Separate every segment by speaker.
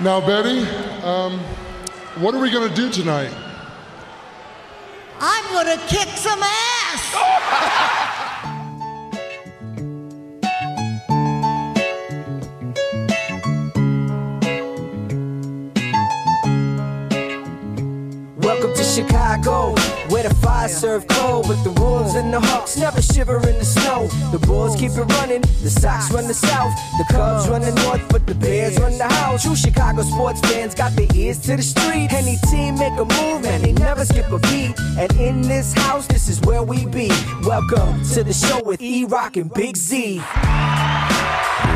Speaker 1: Now, Betty, um, what are we going to do tonight?
Speaker 2: I'm gonna kick some ass.
Speaker 3: Welcome to Chicago, where the fire serve cold, but the wolves and the hawks never shiver in the snow. The bulls keep it running, the Sox run the south, the Cubs run the north, but the Bears run the house. True Chicago sports fans got their ears to the street. Any team make a move and they never skip a beat. And in this house, this is where we be. Welcome to the show with E Rock and Big Z.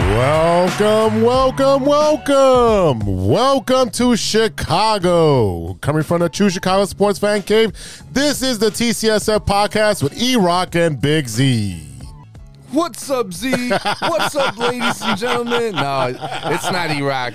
Speaker 4: Welcome, welcome, welcome, welcome to Chicago. Coming from the True Chicago Sports Fan Cave, this is the TCSF podcast with E Rock and Big Z.
Speaker 5: What's up, Z? What's up, ladies and gentlemen? No, it's not Iraq.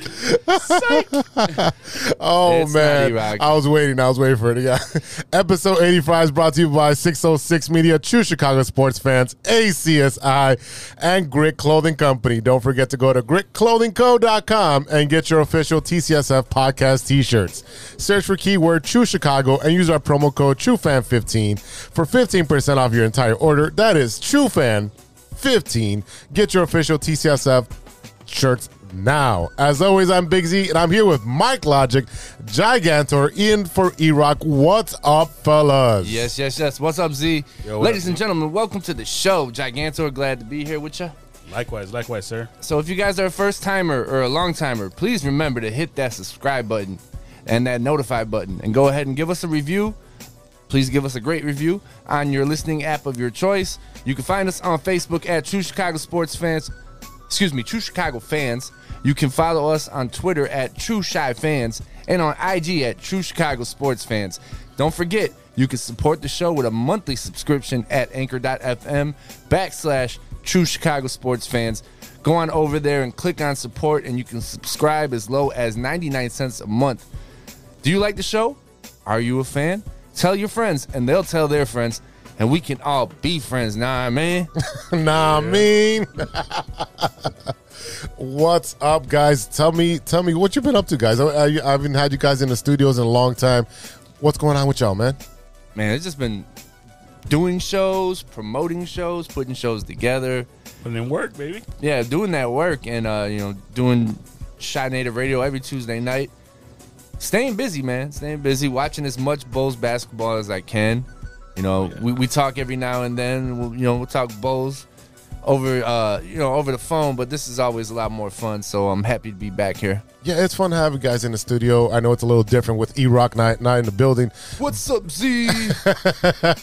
Speaker 4: Oh
Speaker 5: It's
Speaker 4: man,
Speaker 5: not E-Rock.
Speaker 4: I was waiting, I was waiting for it. Yeah. Episode 85 is brought to you by 606 Media, True Chicago Sports Fans, ACSI, and Grit Clothing Company. Don't forget to go to gritclothingco.com and get your official TCSF podcast t-shirts. Search for keyword True Chicago and use our promo code TrueFan15 for 15% off your entire order. That is TrueFan15. Get your official TCSF shirts now. As always, I'm Big Z, and I'm here with Mike Logic, Gigantor, Ian for Iraq. What's up, fellas?
Speaker 5: Yes, yes, yes. What's up, Z?
Speaker 6: Yo, what
Speaker 5: ladies
Speaker 6: up,
Speaker 5: and gentlemen, welcome to the show. Gigantor, glad to be here with ya.
Speaker 6: Likewise, likewise, sir.
Speaker 5: So, if you guys are a first timer or a long timer, please remember to hit that subscribe button and that notify button, and go ahead and give us a review. Please give us a great review on your listening app of your choice. You can find us on Facebook at True Chicago Sports Fans. excuse me, True Chicago fans. You can follow us on Twitter at True Shy Fans and on IG at True Chicago Sports Fans. Don't forget, you can support the show with a monthly subscription at anchor.fm backslash True Chicago Sports Fans. Go on over there and click on support, and you can subscribe as low as 99 cents a month. Do you like the show? Are you a fan? Tell your friends, and they'll tell their friends, and we can all be friends. Nah, man.
Speaker 4: Nah, I mean, what's up, guys? Tell me, tell me what you've been up to, guys. I, I, I haven't had you guys in the studios in a long time. What's going on with y'all, man?
Speaker 5: man, it's just been doing shows, promoting shows, putting shows together.
Speaker 6: Putting in work, baby.
Speaker 5: Yeah, doing that work and uh, you know, doing Shy Native Radio every Tuesday night. Staying busy, man. Staying busy, watching as much Bulls basketball as I can. You know, we, we talk every now and then. We'll, you know, we'll talk Bulls over uh, you know, over the phone, but this is always a lot more fun, so I'm happy to be back here.
Speaker 4: Yeah, it's fun to have you guys in the studio. I know it's a little different with E Rock not, not in the building.
Speaker 5: What's up, Z?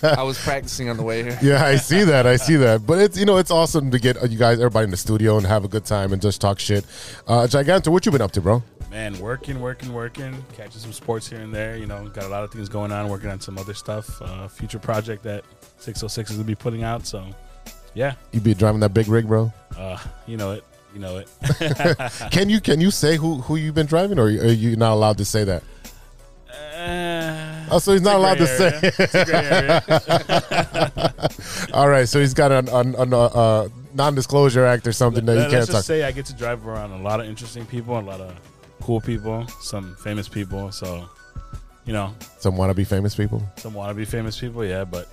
Speaker 5: I was practicing on the way here.
Speaker 4: Yeah, I see that. I see that. But it's you know it's awesome to get uh, you guys everybody in the studio and have a good time and just talk shit. Uh, Gigantor, what you been up to, bro?
Speaker 6: Man, working, working, working. Catching some sports here and there. You know, got a lot of things going on. Working on some other stuff. Uh, future project that 606 is gonna be putting out. So, yeah,
Speaker 4: You be driving that big rig, bro.
Speaker 6: uh, you know it. You know it.
Speaker 4: Can you can you say who who you've been driving, or are you not allowed to say that?
Speaker 6: uh,
Speaker 4: Oh, so he's not allowed to say.
Speaker 6: say.
Speaker 4: All right, so he's got an, an, an uh, uh, non-disclosure act or something that
Speaker 6: Let's
Speaker 4: he can't
Speaker 6: just
Speaker 4: talk.
Speaker 6: say I get to drive around a lot of interesting people, a lot of cool people, some famous people. So, you know,
Speaker 4: Some want to be famous people.
Speaker 6: some wannabe famous people. Yeah, but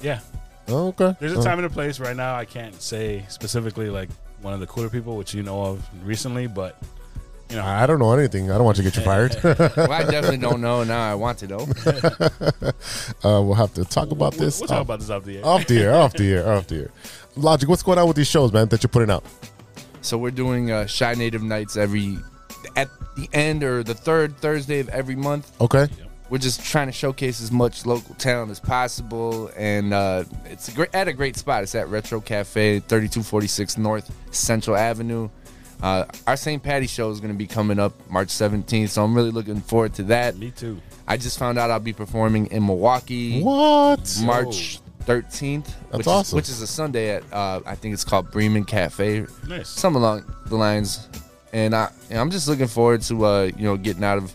Speaker 6: yeah,
Speaker 4: Oh, okay.
Speaker 6: There's
Speaker 4: Oh.
Speaker 6: a time and a place. Right now, I can't say specifically like one of the cooler people, which you know of recently, but you know,
Speaker 4: I don't know anything. I don't want you to get you fired.
Speaker 5: Well, I definitely don't know now. I want to know.
Speaker 4: uh, we'll have to talk about
Speaker 6: we'll,
Speaker 4: this.
Speaker 6: we'll talk
Speaker 4: off-
Speaker 6: about this off the air.
Speaker 4: off the air, off the air, off the air. Logic, what's going on with these shows, man? That you're putting out?
Speaker 5: So we're doing uh, Shy Native Nights every at the end or the third Thursday of every month.
Speaker 4: Okay.
Speaker 5: We're just trying to showcase as much local talent as possible, and uh, it's a great, at a great spot. It's at Retro Cafe, 3246 North Central Avenue. Uh, our St. Patty show is going to be coming up March 17th, so I'm really looking forward to that.
Speaker 6: Me too.
Speaker 5: I just found out I'll be performing in Milwaukee.
Speaker 4: What?
Speaker 5: March 13th. which
Speaker 4: awesome.
Speaker 5: Is, which is a Sunday at, uh, I think it's called Bremen Cafe.
Speaker 6: Nice.
Speaker 5: Something along the lines. And, I, and I'm just looking forward to, uh, you know, getting out of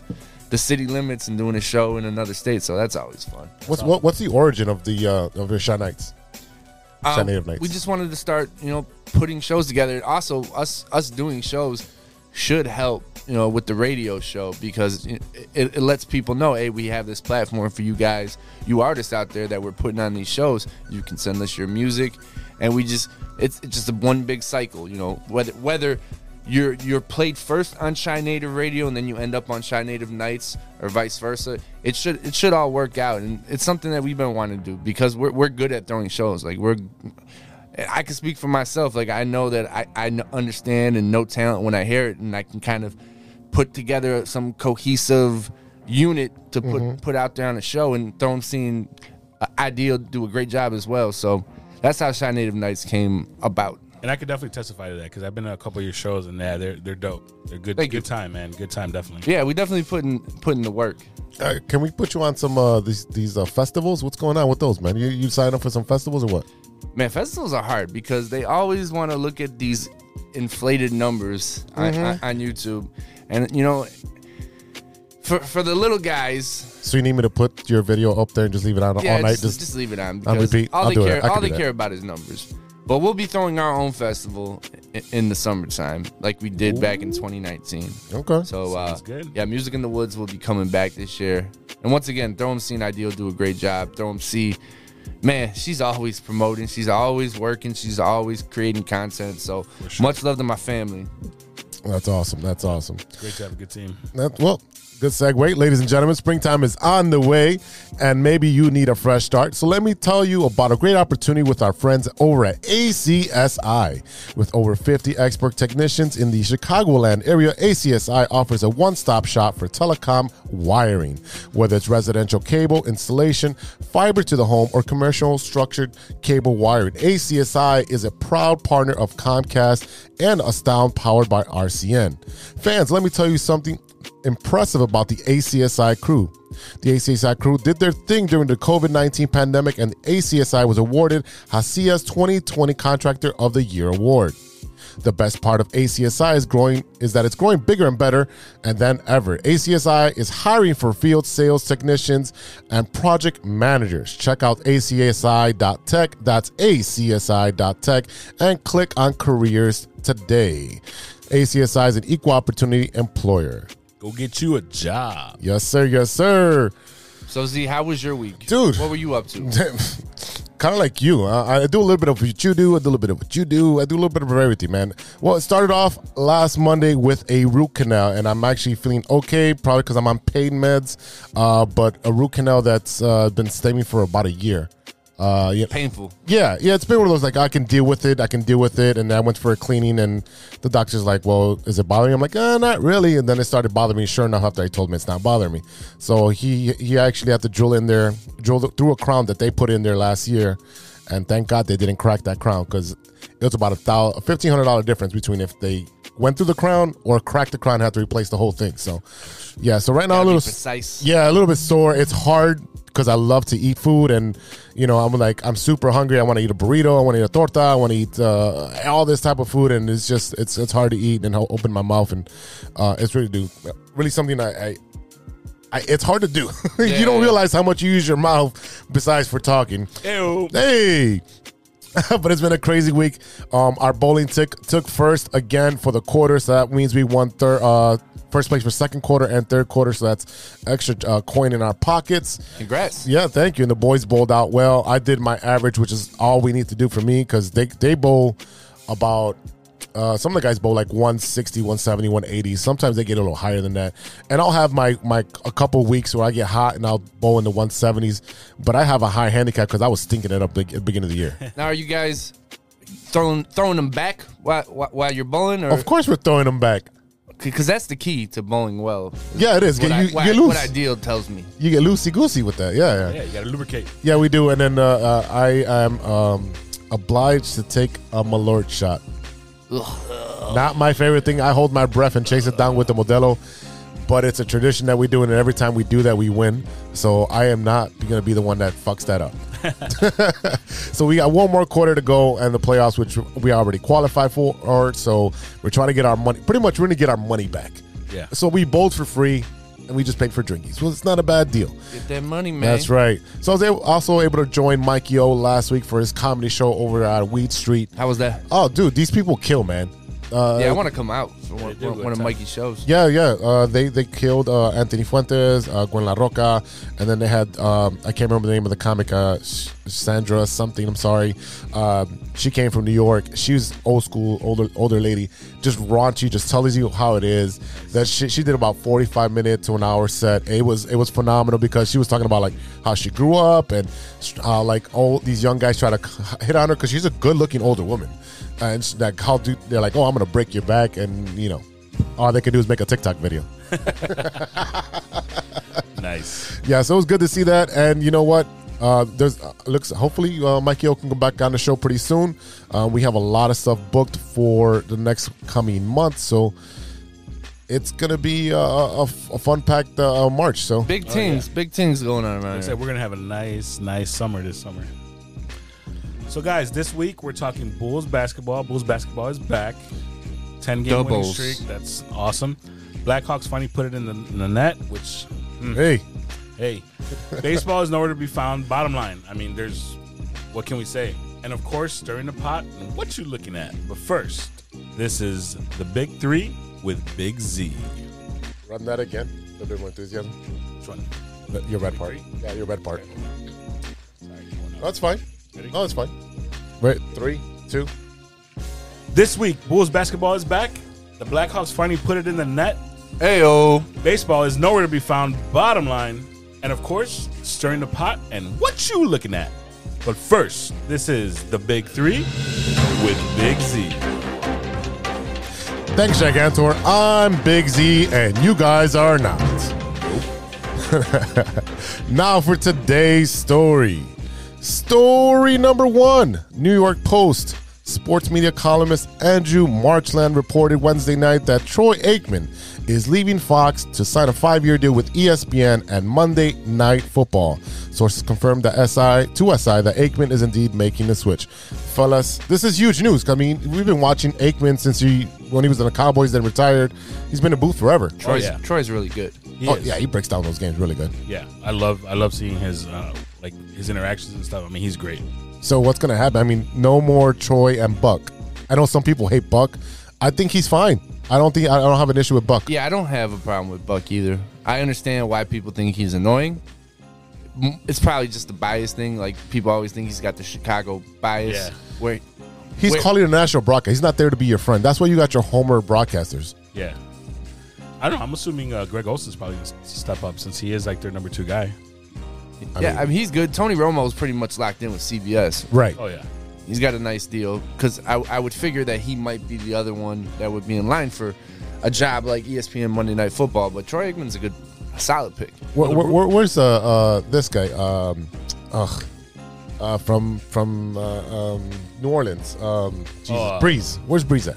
Speaker 5: the city limits and doing a show in another state. So that's always fun.
Speaker 4: What's what, what's the origin of the uh, of your Shy Nights? Shy
Speaker 5: Um,
Speaker 4: Native Nights.
Speaker 5: We just wanted to start, you know, putting shows together. And also, us us doing shows should help you know, with the radio show because it, it, it lets people know, hey, we have this platform for you guys, you artists out there that we're putting on these shows. You can send us your music, and we just it's, it's just a one big cycle. You know, whether whether you're you're played first on Shy Native Radio and then you end up on Shy Native Nights or vice versa. It should it should all work out, and it's something that we've been wanting to do because we're we're good at throwing shows. Like we're and I can speak for myself. Like I know that I, I kn- understand and know talent when I hear it, and I can kind of put together some cohesive unit to put put out there on a show. And Throne Scene uh, Ideal do a great job as well. So that's how Shy Native Nights came about.
Speaker 6: And I could definitely testify to that because I've been to a couple of your shows and yeah, they're they're dope. They're good.
Speaker 5: Thank
Speaker 6: good
Speaker 5: you.
Speaker 6: time, man. Good time, definitely.
Speaker 5: Yeah, we definitely put in put in the work.
Speaker 4: Uh, can we put you on some uh, these these uh, festivals? What's going on with those, man? You you signed up for some festivals or what?
Speaker 5: Man, festivals are hard because they always want to look at these inflated numbers on, on, on YouTube, and you know, for for the little guys.
Speaker 4: So you need me to put your video up there and just leave it on all night?
Speaker 5: Just,
Speaker 4: Just,
Speaker 5: just leave it on.
Speaker 4: I'll
Speaker 5: because
Speaker 4: repeat.
Speaker 5: All
Speaker 4: I'll
Speaker 5: they
Speaker 4: do it. I
Speaker 5: care,
Speaker 4: can
Speaker 5: all
Speaker 4: do
Speaker 5: they
Speaker 4: that.
Speaker 5: care about is numbers. But we'll be throwing our own festival i- in the summertime, like we did back in 2019.
Speaker 4: okay.
Speaker 5: So, uh,
Speaker 6: Sounds good.
Speaker 5: yeah, Music in the Woods will be coming back this year. And once again, Throw 'em C and Ideal do a great job. Throw 'em C, man, she's always promoting. She's always working. She's always creating content. So, much love to my family.
Speaker 4: That's awesome. That's awesome.
Speaker 6: Great to have a good team.
Speaker 4: That, well, good segue. Ladies and gentlemen, springtime is on the way, and maybe you need a fresh start. So let me tell you about a great opportunity with our friends over at ACSI. With over 50 expert technicians in the Chicagoland area, ACSI offers a one stop shop for telecom wiring, whether it's residential cable, installation, fiber to the home, or commercial structured cable wiring. ACSI is a proud partner of Comcast and Astound powered by RCN. Fans, let me tell you something impressive about the ACSI crew. The ACSI crew did their thing during the COVID 19 pandemic, and ACSI was awarded Hasia's 2020 Contractor of the Year award. The best part of ACSI is growing is that it's growing bigger and better and than ever. ACSI is hiring for field sales technicians and project managers. Check out acsi.tech, that's acsi.tech, and click on careers today. ACSI is an equal opportunity employer.
Speaker 6: Go get you a job.
Speaker 4: Yes, sir. Yes, sir.
Speaker 5: So, Z, how was your week?
Speaker 4: Dude.
Speaker 5: What were you up to?
Speaker 4: kind of like you. I, I do a little bit of what you do. I do a little bit of what you do. I do a little bit of everything, man. Well, it started off last Monday with a root canal, and I'm actually feeling okay, probably because I'm on pain meds, uh, but a root canal that's uh, been stemming for about a year. Uh, yeah,
Speaker 5: Painful.
Speaker 4: yeah, yeah. It's been one of those like I can deal with it. I can deal with it. And then I went for a cleaning, and the doctor's like, "Well, is it bothering?" you?" I'm like, uh, "Not really." And then it started bothering me. Sure enough, after I told him it's not bothering me, so he he actually had to drill in there, drill th- through a crown that they put in there last year, and thank God they didn't crack that crown because it was about a thousand, fifteen hundred dollar difference between if they went through the crown or cracked the crown, and had to replace the whole thing. So, yeah. So right now, a
Speaker 5: Gotta be
Speaker 4: little
Speaker 5: precise.
Speaker 4: yeah, a little bit sore. It's hard because I love to eat food, and you know, I'm like, I'm super hungry. I want to eat a burrito. I want to eat a torta. I want to eat uh, all this type of food, and it's just it's it's hard to eat and I'll open my mouth, and uh, it's really do really something I. I I, it's hard to do. you don't
Speaker 5: yeah.
Speaker 4: realize how much you use your mouth besides for talking.
Speaker 6: Ew.
Speaker 4: Hey. but it's been a crazy week. Um, our bowling took took first again for the quarter, so that means we won third uh, first place for second quarter and third quarter. So that's extra uh, coin in our pockets.
Speaker 5: Congrats.
Speaker 4: Yeah, thank you. And the boys bowled out well. I did my average, which is all we need to do for me because they they bowl about. Uh, some of the guys bowl like 160, 170, 180. Sometimes they get a little higher than that. And I'll have my my a couple weeks where I get hot and I'll bowl in the 170s. But I have a high handicap because I was stinking it up at the beginning of the year.
Speaker 5: Now, are you guys throwing throwing them back while, while, while you're bowling? Or
Speaker 4: of course, we're throwing them back.
Speaker 5: because that's the key to bowling well.
Speaker 4: Yeah, it is.
Speaker 5: What,
Speaker 4: You,
Speaker 5: I,
Speaker 4: you,
Speaker 5: what,
Speaker 4: get
Speaker 5: I,
Speaker 4: loose.
Speaker 5: what I deal tells me.
Speaker 4: you get loosey goosey with that. Yeah, yeah.
Speaker 6: Yeah, you gotta lubricate.
Speaker 4: Yeah, we do. And then uh, uh, I am um, obliged to take a Malort shot. Not my favorite thing. I hold my breath and chase it down with the Modelo, but it's a tradition that we do, and every time we do that, we win. So I am not going to be the one that fucks that up. so we got one more quarter to go and the playoffs, which we already qualified for. Or so we're trying to get our money. Pretty much, we're going to get our money back.
Speaker 6: Yeah.
Speaker 4: So we bowled for free, and we just paid for drinkies. Well, it's not a bad deal.
Speaker 5: Get that money, man.
Speaker 4: That's right. So I was able, also able to join Mikey O last week for his comedy show over at Weed Street.
Speaker 5: How was that?
Speaker 4: Oh, dude, these people kill, man. Uh,
Speaker 5: yeah, I want to come out for one,
Speaker 6: do
Speaker 5: one,
Speaker 6: good
Speaker 5: one of
Speaker 6: time.
Speaker 5: Mikey's shows.
Speaker 4: Yeah, yeah. Uh, they they killed uh, Anthony Fuentes, uh, Gwen La Roca, and then they had um, I can't remember the name of the comic, uh, S- Sandra something. I'm sorry. Um, she came from New York. She was old school, older older lady, just raunchy, just tells you how it is. That she, she did about 45 minutes to an hour set. It was it was phenomenal because she was talking about like how she grew up and how like all these young guys try to c- hit on her because she's a good looking older woman, and she, like how do they're like oh I'm gonna break your back and you know. All they could do is make a TikTok video.
Speaker 6: Nice.
Speaker 4: Yeah, so it was good to see that. And you know what? Uh, there's uh, looks. Hopefully, uh, Mikey O can come back on the show pretty soon. Uh, we have a lot of stuff booked for the next coming month, so it's gonna be uh, a, a fun packed uh, March. So
Speaker 5: Big things, big things going on around
Speaker 6: Like I
Speaker 5: here.
Speaker 6: Oh, said, we're gonna have a nice, nice summer this summer. So, guys, this week we're talking Bulls basketball. Bulls basketball is back. Ten game winning
Speaker 5: Doubles.
Speaker 6: streak. That's awesome. Blackhawks finally put it in the, in the net, which
Speaker 4: hey,
Speaker 6: hey, baseball is nowhere to be found. Bottom line, I mean, there's what can we say? And of course, stirring the pot. What you looking at? But first, this is the Big Three with Big Z.
Speaker 4: run that again. A bit more enthusiasm.
Speaker 6: Which one?
Speaker 4: The- Your red part. Yeah, your red part. That's fine. No, it's fine. Wait, three, two.
Speaker 6: This week, Bulls basketball is back. The Blackhawks finally put it in the net. Oh,
Speaker 5: Ayo.
Speaker 6: Baseball is nowhere to be found. Bottom line, and of course, stirring the pot. And what you looking at? But first, this is the Big Three with Big Z.
Speaker 4: Thanks, Jack Antor. I'm Big Z, and you guys are not. now for today's story. Story number one New York Post. Sports media columnist Andrew Marchland reported Wednesday night that Troy Aikman is leaving Fox to sign a five year deal with E ESPN and Monday Night Football. Sources confirmed that SI to SI that Aikman is indeed making the switch. Fellas, this is huge news. I mean, we've been watching Aikman since he when he was in the Cowboys, then retired. He's been in booth forever.
Speaker 5: Troy's,
Speaker 6: yeah.
Speaker 5: Troy's really good.
Speaker 6: He
Speaker 4: oh
Speaker 6: is-
Speaker 4: yeah, he breaks down those games really good.
Speaker 6: yeah. I love, I love seeing his uh, like his interactions and stuff. I mean, he's great.
Speaker 4: So what's gonna happen? I mean, no more Troy and Buck. I know some people hate Buck. I think he's fine. I don't think I don't have an issue with Buck.
Speaker 5: Yeah, I don't have a problem with Buck either. I understand why people think he's annoying. M- It's probably just the bias thing. Like people always think he's got the Chicago bias.
Speaker 6: Yeah.
Speaker 5: Where
Speaker 4: He's
Speaker 5: Wait.
Speaker 4: calling a national broadcast. He's not there to be your friend. That's why you got your Homer broadcasters.
Speaker 6: Yeah. I don't know. I'm assuming uh, Greg Olson's probably going to step up since he is like their number two guy.
Speaker 5: yeah, I mean he's good. Tony Romo's pretty much locked in with CBS.
Speaker 4: Right.
Speaker 6: Oh, yeah.
Speaker 5: He's got a nice deal because I, I would figure that he might be the other one that would be in line for a job like E ESPN Monday Night Football. But Troy Aikman's a good, a solid pick.
Speaker 4: Where, where, where- where's uh, uh this guy? Um, ugh, uh, from from uh, um, New Orleans. Um, Jesus,
Speaker 5: Oh.
Speaker 6: uh,
Speaker 4: Breeze. Where's Breeze at?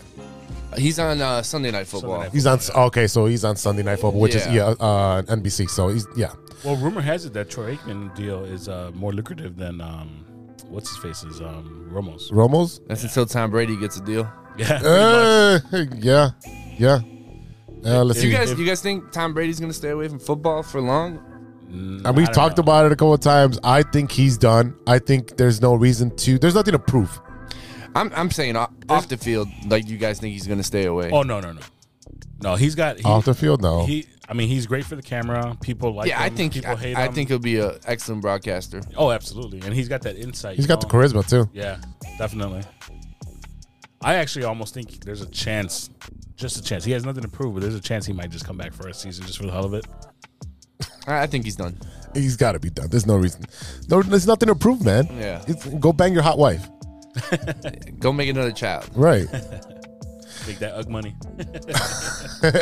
Speaker 5: He's on uh, Sunday Night Football.
Speaker 6: Night
Speaker 4: He's on. Okay, so he's on Sunday Night Football, which is yeah
Speaker 5: Yeah.
Speaker 4: uh, NBC. So he's yeah.
Speaker 6: Well, rumor has it that Troy Aikman deal is uh, more lucrative than um, what's his face is um, Romo's.
Speaker 4: Romo's.
Speaker 5: That's until Tom Brady gets a deal.
Speaker 6: Yeah.
Speaker 4: Uh, yeah, yeah. Uh, let's
Speaker 5: Do
Speaker 4: see.
Speaker 5: you guys, you guys think Tom Brady's gonna stay away from football for long?
Speaker 4: and we've talked about it a couple of times. I think he's done. I think there's no reason to. There's nothing to prove.
Speaker 5: I'm, I'm saying off, off the field, like you guys think he's gonna stay away.
Speaker 6: Oh no no no, no. He's got. He,
Speaker 4: Off the field, no.
Speaker 6: He. I mean, he's great for the camera. People like.
Speaker 5: yeah, I
Speaker 6: him.
Speaker 5: think
Speaker 6: people
Speaker 5: I,
Speaker 6: hate
Speaker 5: I
Speaker 6: him.
Speaker 5: think he'll be an excellent broadcaster.
Speaker 6: Oh, absolutely, and he's got that insight.
Speaker 4: he's
Speaker 6: you
Speaker 4: got the
Speaker 6: know?
Speaker 4: charisma too.
Speaker 6: oh. Yeah, definitely. I actually almost think there's a chance, just a chance. He has nothing to prove, but there's a chance he might just come back for a season just for the hell of it.
Speaker 5: I, I think he's done.
Speaker 4: He's got to be done. There's no reason. No, there's nothing to prove, man.
Speaker 5: Yeah.
Speaker 4: It's, go bang your hot wife.
Speaker 5: Go make another child.
Speaker 4: Right.
Speaker 6: Make that UG money.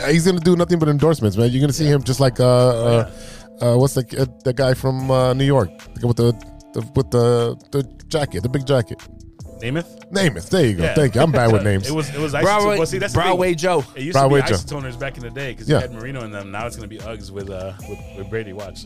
Speaker 4: he's gonna do nothing but endorsements, man. You're gonna see him just like uh,
Speaker 6: Oh,
Speaker 4: uh, uh what's the uh, the guy from uh, New York with the, the with the the jacket, the big jacket.
Speaker 6: Namath.
Speaker 4: Namath. There you go.
Speaker 6: Yeah.
Speaker 4: Thank you. I'm bad with names.
Speaker 6: It was it was
Speaker 5: Broadway,
Speaker 6: isotoners. Well, see, that's the thing.
Speaker 5: Broadway Joe.
Speaker 6: It used
Speaker 4: Broadway
Speaker 6: to
Speaker 4: Joe.
Speaker 6: be isotoners back in the day because
Speaker 4: Yeah.
Speaker 6: you had Marino in them. Now it's gonna be Uggs with uh with, with Brady. Watch.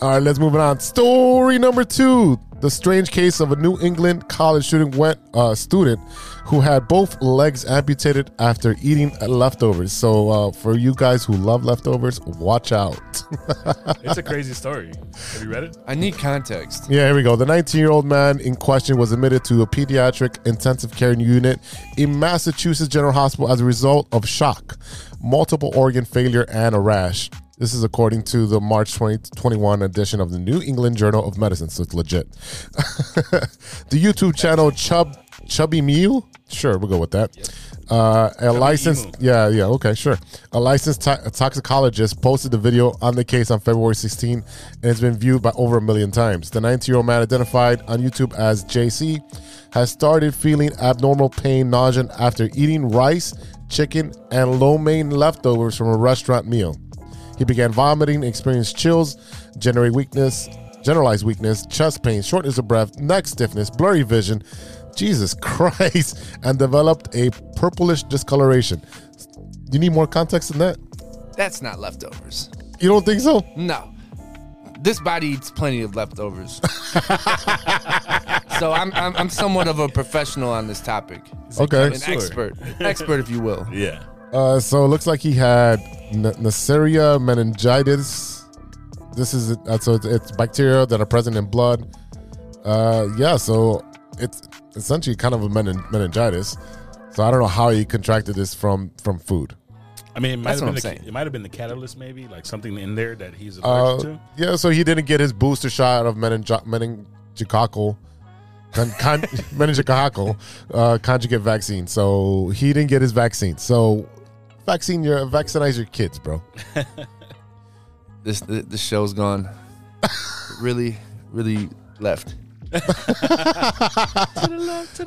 Speaker 4: All right, let's move on. Story number two: the strange case of a New England college shooting went uh, student who had both legs amputated after eating leftovers. So, uh, for you guys who love leftovers, watch out.
Speaker 6: It's a crazy story. Have you read it?
Speaker 5: I need context.
Speaker 4: Yeah, here we go. The 19 year old man in question was admitted to a pediatric intensive care unit in Massachusetts General Hospital as a result of shock, multiple organ failure, and a rash. This is according to the March 2021 edition of the New England Journal of Medicine, so it's legit. the YouTube channel Chub Chubby Mew, sure, we'll go with that. Uh, a licensed,
Speaker 6: Emu.
Speaker 4: yeah, yeah, okay, sure. A licensed to- a toxicologist posted the video on the case on February 16 and it's been viewed by over a million times. The 19 year old man, identified on YouTube as JC, has started feeling abnormal pain, nausea after eating rice, chicken, and lo mein leftovers from a restaurant meal. He began vomiting, experienced chills, generate weakness, generalized weakness, chest pain, shortness of breath, neck stiffness, blurry vision. Jesus Christ! And developed a purplish discoloration. You need more context than that.
Speaker 5: That's not leftovers.
Speaker 4: You don't think so?
Speaker 5: No. This body eats plenty of leftovers. so I'm, I'm, I'm somewhat of a professional on this topic.
Speaker 4: Okay.
Speaker 5: An expert. Expert, if you will.
Speaker 6: Yeah.
Speaker 4: Uh, so it looks like he had n- Neisseria meningitis. This is uh, so it's, it's bacteria that are present in blood. Uh, yeah, so it's essentially kind of a menin- meningitis. So I don't know how he contracted this from from food.
Speaker 6: I mean, it might
Speaker 5: That's
Speaker 6: have been
Speaker 5: what
Speaker 6: the,
Speaker 5: I'm saying.
Speaker 6: it might have been the catalyst, maybe like something in there that he's
Speaker 4: Uh,
Speaker 6: allergic to.
Speaker 4: yeah, so he didn't get his booster shot of meningi- meningococcal con- con- meningococcal uh, conjugate vaccine. So he didn't get his vaccine. So vaccine your vaccinize your kids, bro.
Speaker 5: This the, the show's gone. really, really left.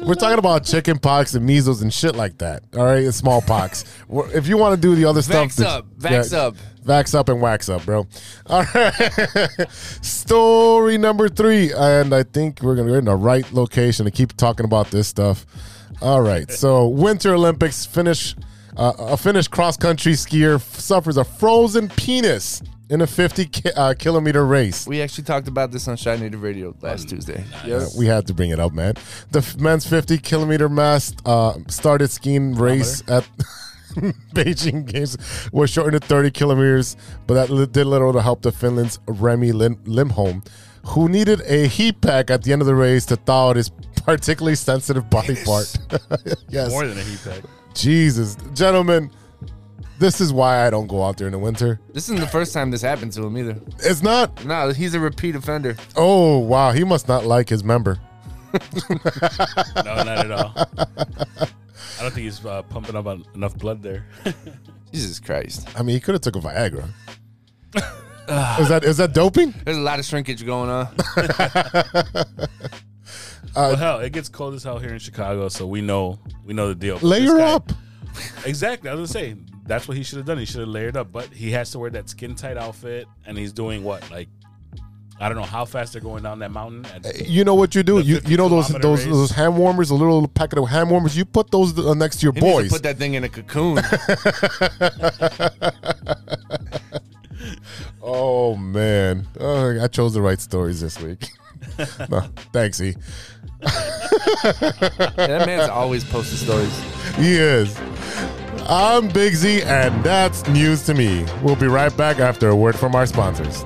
Speaker 4: We're talking about chicken pox and measles and shit like that. All right, and smallpox. Well, if you want to do the other stuff,
Speaker 5: Vax
Speaker 4: that-
Speaker 5: up, vax up.
Speaker 4: vax up, and wax up, bro. All right. Story number three, and I think we're gonna we're in the right location to keep talking about this stuff. All right, so Winter Olympics finish. Uh, a Finnish cross country skier suffers a frozen penis in a 50 ki- uh, kilometer race.
Speaker 5: We actually talked about this on Shy Native Radio last Tuesday.
Speaker 4: Uh, We had to bring it up, man. The f- men's 50 kilometer mass uh, started skiing race at Beijing Games was shortened to 30 kilometers, but that li- did little to help the Finland's Remy Lim- Limholm, who needed a heat pack at the end of the race to thaw out his particularly sensitive body part. yes.
Speaker 6: More than a heat pack.
Speaker 4: Jesus. Gentlemen, this is why I don't go out there in the winter.
Speaker 5: This isn't the first time this happened to him either.
Speaker 4: It's not
Speaker 5: No, he's a repeat offender.
Speaker 4: Oh, wow. He must not like his member.
Speaker 6: No, not at all. I don't think he's uh, pumping up on enough blood there.
Speaker 5: Jesus Christ.
Speaker 4: I mean, he could have took a Viagra. is that is that doping?
Speaker 5: There's a lot of shrinkage going on. Uh,
Speaker 6: well, hell, it gets cold as hell here in Chicago, so we know we know the deal. This
Speaker 4: Layer
Speaker 6: guy-
Speaker 4: up.
Speaker 6: Exactly. I was gonna say that's what he should have done. He should have layered up, but he has to wear that skin tight outfit, and he's doing what? Like, I don't know how fast they're going down that mountain. At,
Speaker 4: You know what you do?
Speaker 6: The
Speaker 4: You you know those
Speaker 6: 50
Speaker 4: those
Speaker 6: kilometer
Speaker 4: those
Speaker 6: race.
Speaker 4: hand warmers, a little packet of hand warmers. You put those uh, next to your
Speaker 5: He needs to
Speaker 4: boys.
Speaker 5: put that thing in a cocoon.
Speaker 4: oh man, oh, I chose the right stories this week. no, thanks, E.
Speaker 5: that man's always posting stories.
Speaker 4: He is. I'm Big Z, and that's news to me. We'll be right back after a word from our sponsors.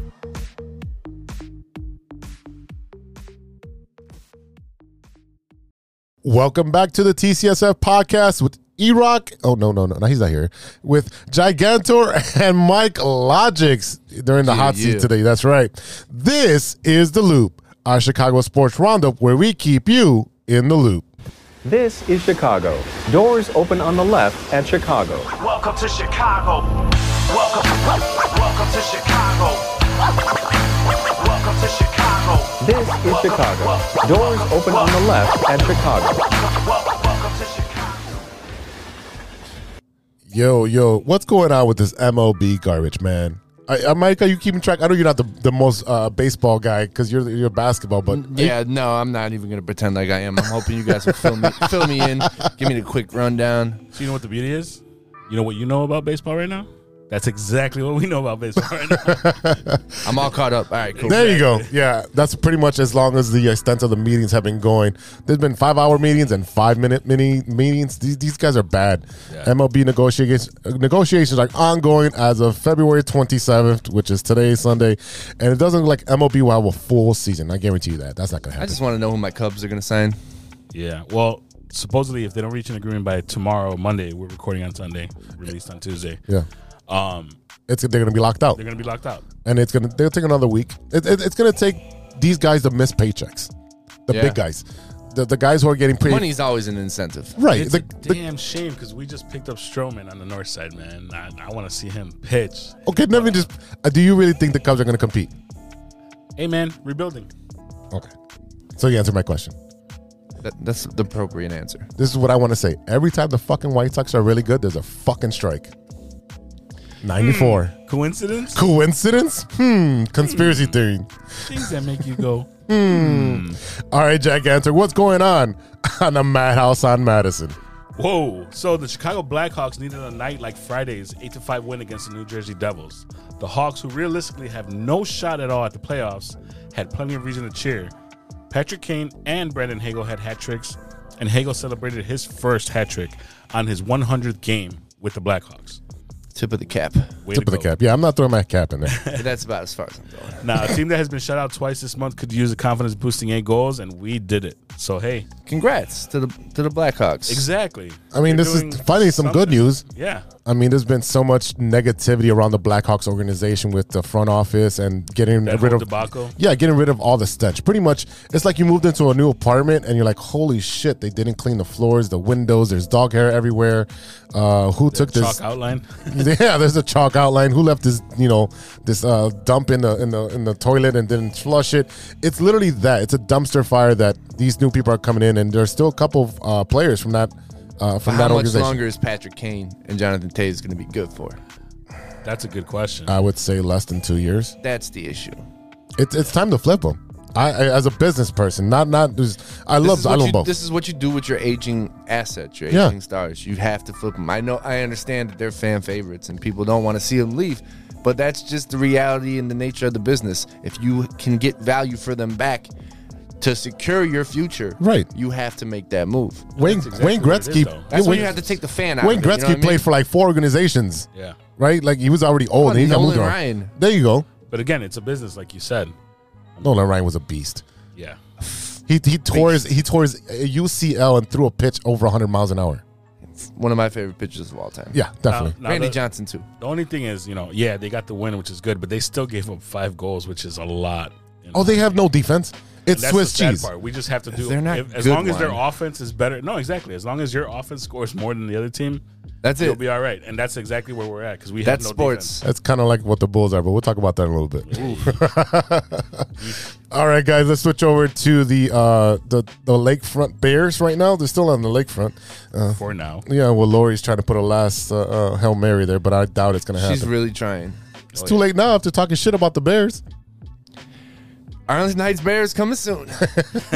Speaker 4: Welcome back to the TCSF podcast with E-Rock. Oh, no, no, no. no he's not here. With Gigantor and Mike Logics. They're in the hot
Speaker 5: yeah.
Speaker 4: seat today. That's right. This is The Loop, our Chicago sports roundup where we keep you in the loop.
Speaker 7: This is Chicago. Doors open on the left at Chicago.
Speaker 8: Welcome to Chicago. Welcome, welcome to Chicago. Welcome to Chicago.
Speaker 7: This is Chicago. Doors open on the left at Chicago.
Speaker 8: Welcome to Chicago.
Speaker 4: Yo, yo, what's going on with this MLB garbage, man? I, I, Mike, are you keeping track? I know you're not the, the most uh, baseball guy because you're you're basketball, but
Speaker 5: Yeah, no, I'm not even gonna pretend like I am. I'm hoping you guys will fill me fill me in. Give me the quick rundown.
Speaker 6: So you know what the beauty is? You know what you know about baseball right now? That's exactly what we know about baseball right now.
Speaker 5: I'm all caught up. All right, cool.
Speaker 4: There you go. Yeah, that's pretty much as long as the extent of the meetings have been going. There's been five hour meetings and five minute mini meetings. These, these guys are bad. MLB negotiations uh, negotiations are ongoing as of February 27th, which is today, Sunday, and it doesn't look like MLB will have a full season. I guarantee you that. That's not gonna
Speaker 5: I
Speaker 4: happen.
Speaker 5: just want to know who my Cubs are gonna sign.
Speaker 6: yeah. Well, supposedly if they don't reach an agreement by tomorrow, Monday, we're recording on Sunday, released on Tuesday.
Speaker 4: yeah,
Speaker 6: Um,
Speaker 4: it's they're gonna be locked out,
Speaker 6: they're gonna be locked out.
Speaker 4: and it's gonna they'll take another week. It, it, it's gonna take these guys to miss paychecks, the
Speaker 5: Yeah.
Speaker 4: big guys, the, the guys who are getting paid.
Speaker 5: Money's always an incentive.
Speaker 4: Right,
Speaker 6: It's
Speaker 4: the-
Speaker 6: a
Speaker 4: the-
Speaker 6: damn shame because we just picked up Strowman on the north side, man. I, I want to see him pitch.
Speaker 4: okay, let me just. Uh, do you really think the Cubs are going to compete?
Speaker 6: Hey, man, rebuilding.
Speaker 4: Okay. So you answered my question.
Speaker 5: That, that's the appropriate answer.
Speaker 4: This is what I want to say. Every time the fucking White Sox are really good, there's a fucking strike. 94.
Speaker 6: Hmm. Coincidence?
Speaker 4: Coincidence? Hmm. Conspiracy theory.
Speaker 6: Things that make you go.
Speaker 4: All right, Jack Answer. What's going on on the Madhouse on Madison?
Speaker 6: Whoa. So the Chicago Blackhawks needed a night like Friday's 8 to 5 win against the New Jersey Devils. The Hawks, who realistically have no shot at all at the playoffs, had plenty of reason to cheer. Patrick Kane and Brandon Hagel had hat tricks, and Hagel celebrated his first hat trick on his 100th game with the Blackhawks.
Speaker 5: Tip of the cap.
Speaker 6: Way
Speaker 4: Tip
Speaker 6: to
Speaker 4: of the
Speaker 6: go.
Speaker 4: cap. Yeah, I'm not throwing my cap in there.
Speaker 5: That's about as far as I'm going.
Speaker 6: Now, a team that has been shut out twice this month could use a confidence boosting eight goals, and we did it. So, hey,
Speaker 5: Congrats to the to the Blackhawks.
Speaker 6: exactly.
Speaker 4: I mean,
Speaker 6: They're
Speaker 4: this
Speaker 6: doing
Speaker 4: is finally some good
Speaker 6: something.
Speaker 4: news.
Speaker 6: Yeah.
Speaker 4: I mean, there's been so much negativity around the Blackhawks organization with the front office and getting
Speaker 6: That
Speaker 4: rid
Speaker 6: whole
Speaker 4: of
Speaker 6: debacle.
Speaker 4: Yeah, getting rid of all the stench. Pretty much, it's like you moved into a new apartment and you're like, "Holy shit! They didn't clean the floors, the windows. There's dog hair everywhere. Uh, who took this?
Speaker 6: Chalk outline.
Speaker 4: yeah, there's a chalk outline. Who left this? You know, this uh, dump in the in the in the toilet and didn't flush it. It's literally that. It's a dumpster fire that these new people are coming in, and there's still a couple of uh, players from that uh, from
Speaker 5: How
Speaker 4: that
Speaker 5: much
Speaker 4: organization.
Speaker 5: longer is Patrick Kane and Jonathan Tays going to be good for?
Speaker 6: That's a good question.
Speaker 4: I would say less than two years.
Speaker 5: That's the issue.
Speaker 4: It's it's time to flip them. I, I as a business person, not not. Just, I
Speaker 5: This
Speaker 4: love
Speaker 5: is
Speaker 4: I
Speaker 5: what
Speaker 4: love
Speaker 5: you-
Speaker 4: both.
Speaker 5: This is what you do with your aging assets, your
Speaker 4: Yeah.
Speaker 5: aging stars. You have to flip them. I know, I understand that they're fan favorites and people don't want to see them leave, but that's just the reality and the nature of the business. If you can get value for them back to secure your future,
Speaker 4: Right.
Speaker 5: You have to make that move.
Speaker 4: Wayne Wayne
Speaker 6: what it is,
Speaker 4: Gretzky.
Speaker 6: though.
Speaker 5: That's
Speaker 4: yeah,
Speaker 5: when
Speaker 4: Wayne,
Speaker 5: you have to take the fan out.
Speaker 4: Wayne
Speaker 5: of it, you know
Speaker 4: Gretzky
Speaker 5: what I mean?
Speaker 4: played for like four organizations.
Speaker 6: yeah.
Speaker 4: Right, like he was already old.
Speaker 5: about
Speaker 4: And he got
Speaker 5: Oh, Nolan
Speaker 4: moved around.
Speaker 5: Ryan?
Speaker 4: There you go.
Speaker 6: But again, it's a business, like you said.
Speaker 4: Nolan Ryan was a beast.
Speaker 6: Yeah.
Speaker 4: He he tore his, he tore his uh, UCL and threw a pitch over 100 miles an hour.
Speaker 5: one of my favorite pitchers of all time.
Speaker 4: Yeah,
Speaker 6: Now,
Speaker 4: definitely.
Speaker 6: now
Speaker 5: Randy
Speaker 6: the,
Speaker 5: Johnson too.
Speaker 6: the only thing is, you know, yeah, they got the win, which is good, but they still gave up five goals, which is a lot. you know.
Speaker 4: oh, they have no defense. It's
Speaker 6: That's
Speaker 4: Swiss
Speaker 6: the sad
Speaker 4: cheese.
Speaker 6: Part. We just have to do.
Speaker 5: They're not
Speaker 6: if- as
Speaker 5: good
Speaker 6: long as their
Speaker 5: one.
Speaker 6: offense is better. No, exactly. As long as your offense scores more than the other team,
Speaker 5: That's
Speaker 6: you'll
Speaker 5: it.
Speaker 6: be all right. And that's exactly where we're at because we
Speaker 5: That's
Speaker 6: have no
Speaker 5: sports.
Speaker 6: defense.
Speaker 4: That's kind of like what the Bulls are, but we'll talk about that in a little bit. All right, guys, let's switch over to the uh, the the lakefront Bears right now. They're still on the lakefront. Uh,
Speaker 6: for now.
Speaker 4: yeah, well, Lori's trying to put a last uh, uh, hail mary there, but I doubt it's going to happen.
Speaker 5: She's really trying.
Speaker 4: it's too late now after talking shit about the Bears.
Speaker 5: Ireland Knights Bears coming soon.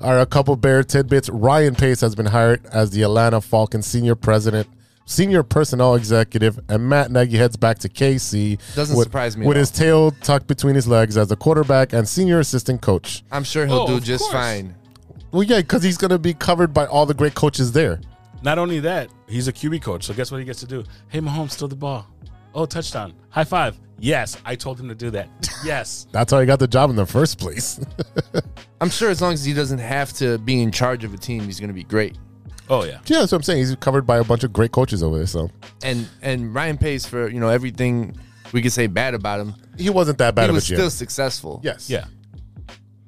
Speaker 4: All right, a couple bear tidbits. Ryan Pace has been hired as the Atlanta Falcons senior president, senior personnel executive, and Matt Nagy heads back to KC.
Speaker 5: Doesn't
Speaker 4: with,
Speaker 5: surprise me at
Speaker 4: With his tail tucked between his legs as a quarterback and senior assistant coach.
Speaker 5: I'm sure he'll
Speaker 6: Oh,
Speaker 5: do
Speaker 6: of
Speaker 5: just
Speaker 6: course.
Speaker 5: fine.
Speaker 4: Well, yeah, because he's going to be covered by all the great coaches there.
Speaker 6: Not only that, he's a QB coach, so guess what he gets to do? Hey, Mahomes, throw the ball. Oh, touchdown. High five. Yes, I told him to do that. Yes.
Speaker 4: That's how he got the job in the first place.
Speaker 5: I'm sure as long as he doesn't have to be in charge of a team, he's going to be great.
Speaker 6: Oh yeah.
Speaker 4: yeah, that's what I'm saying. He's covered by a bunch of great coaches over there. So
Speaker 5: And and Ryan pays for you know everything we could say bad about him.
Speaker 4: he wasn't that bad
Speaker 5: he
Speaker 4: of a
Speaker 5: was
Speaker 4: GM.
Speaker 5: still successful.
Speaker 4: yes.
Speaker 6: Yeah.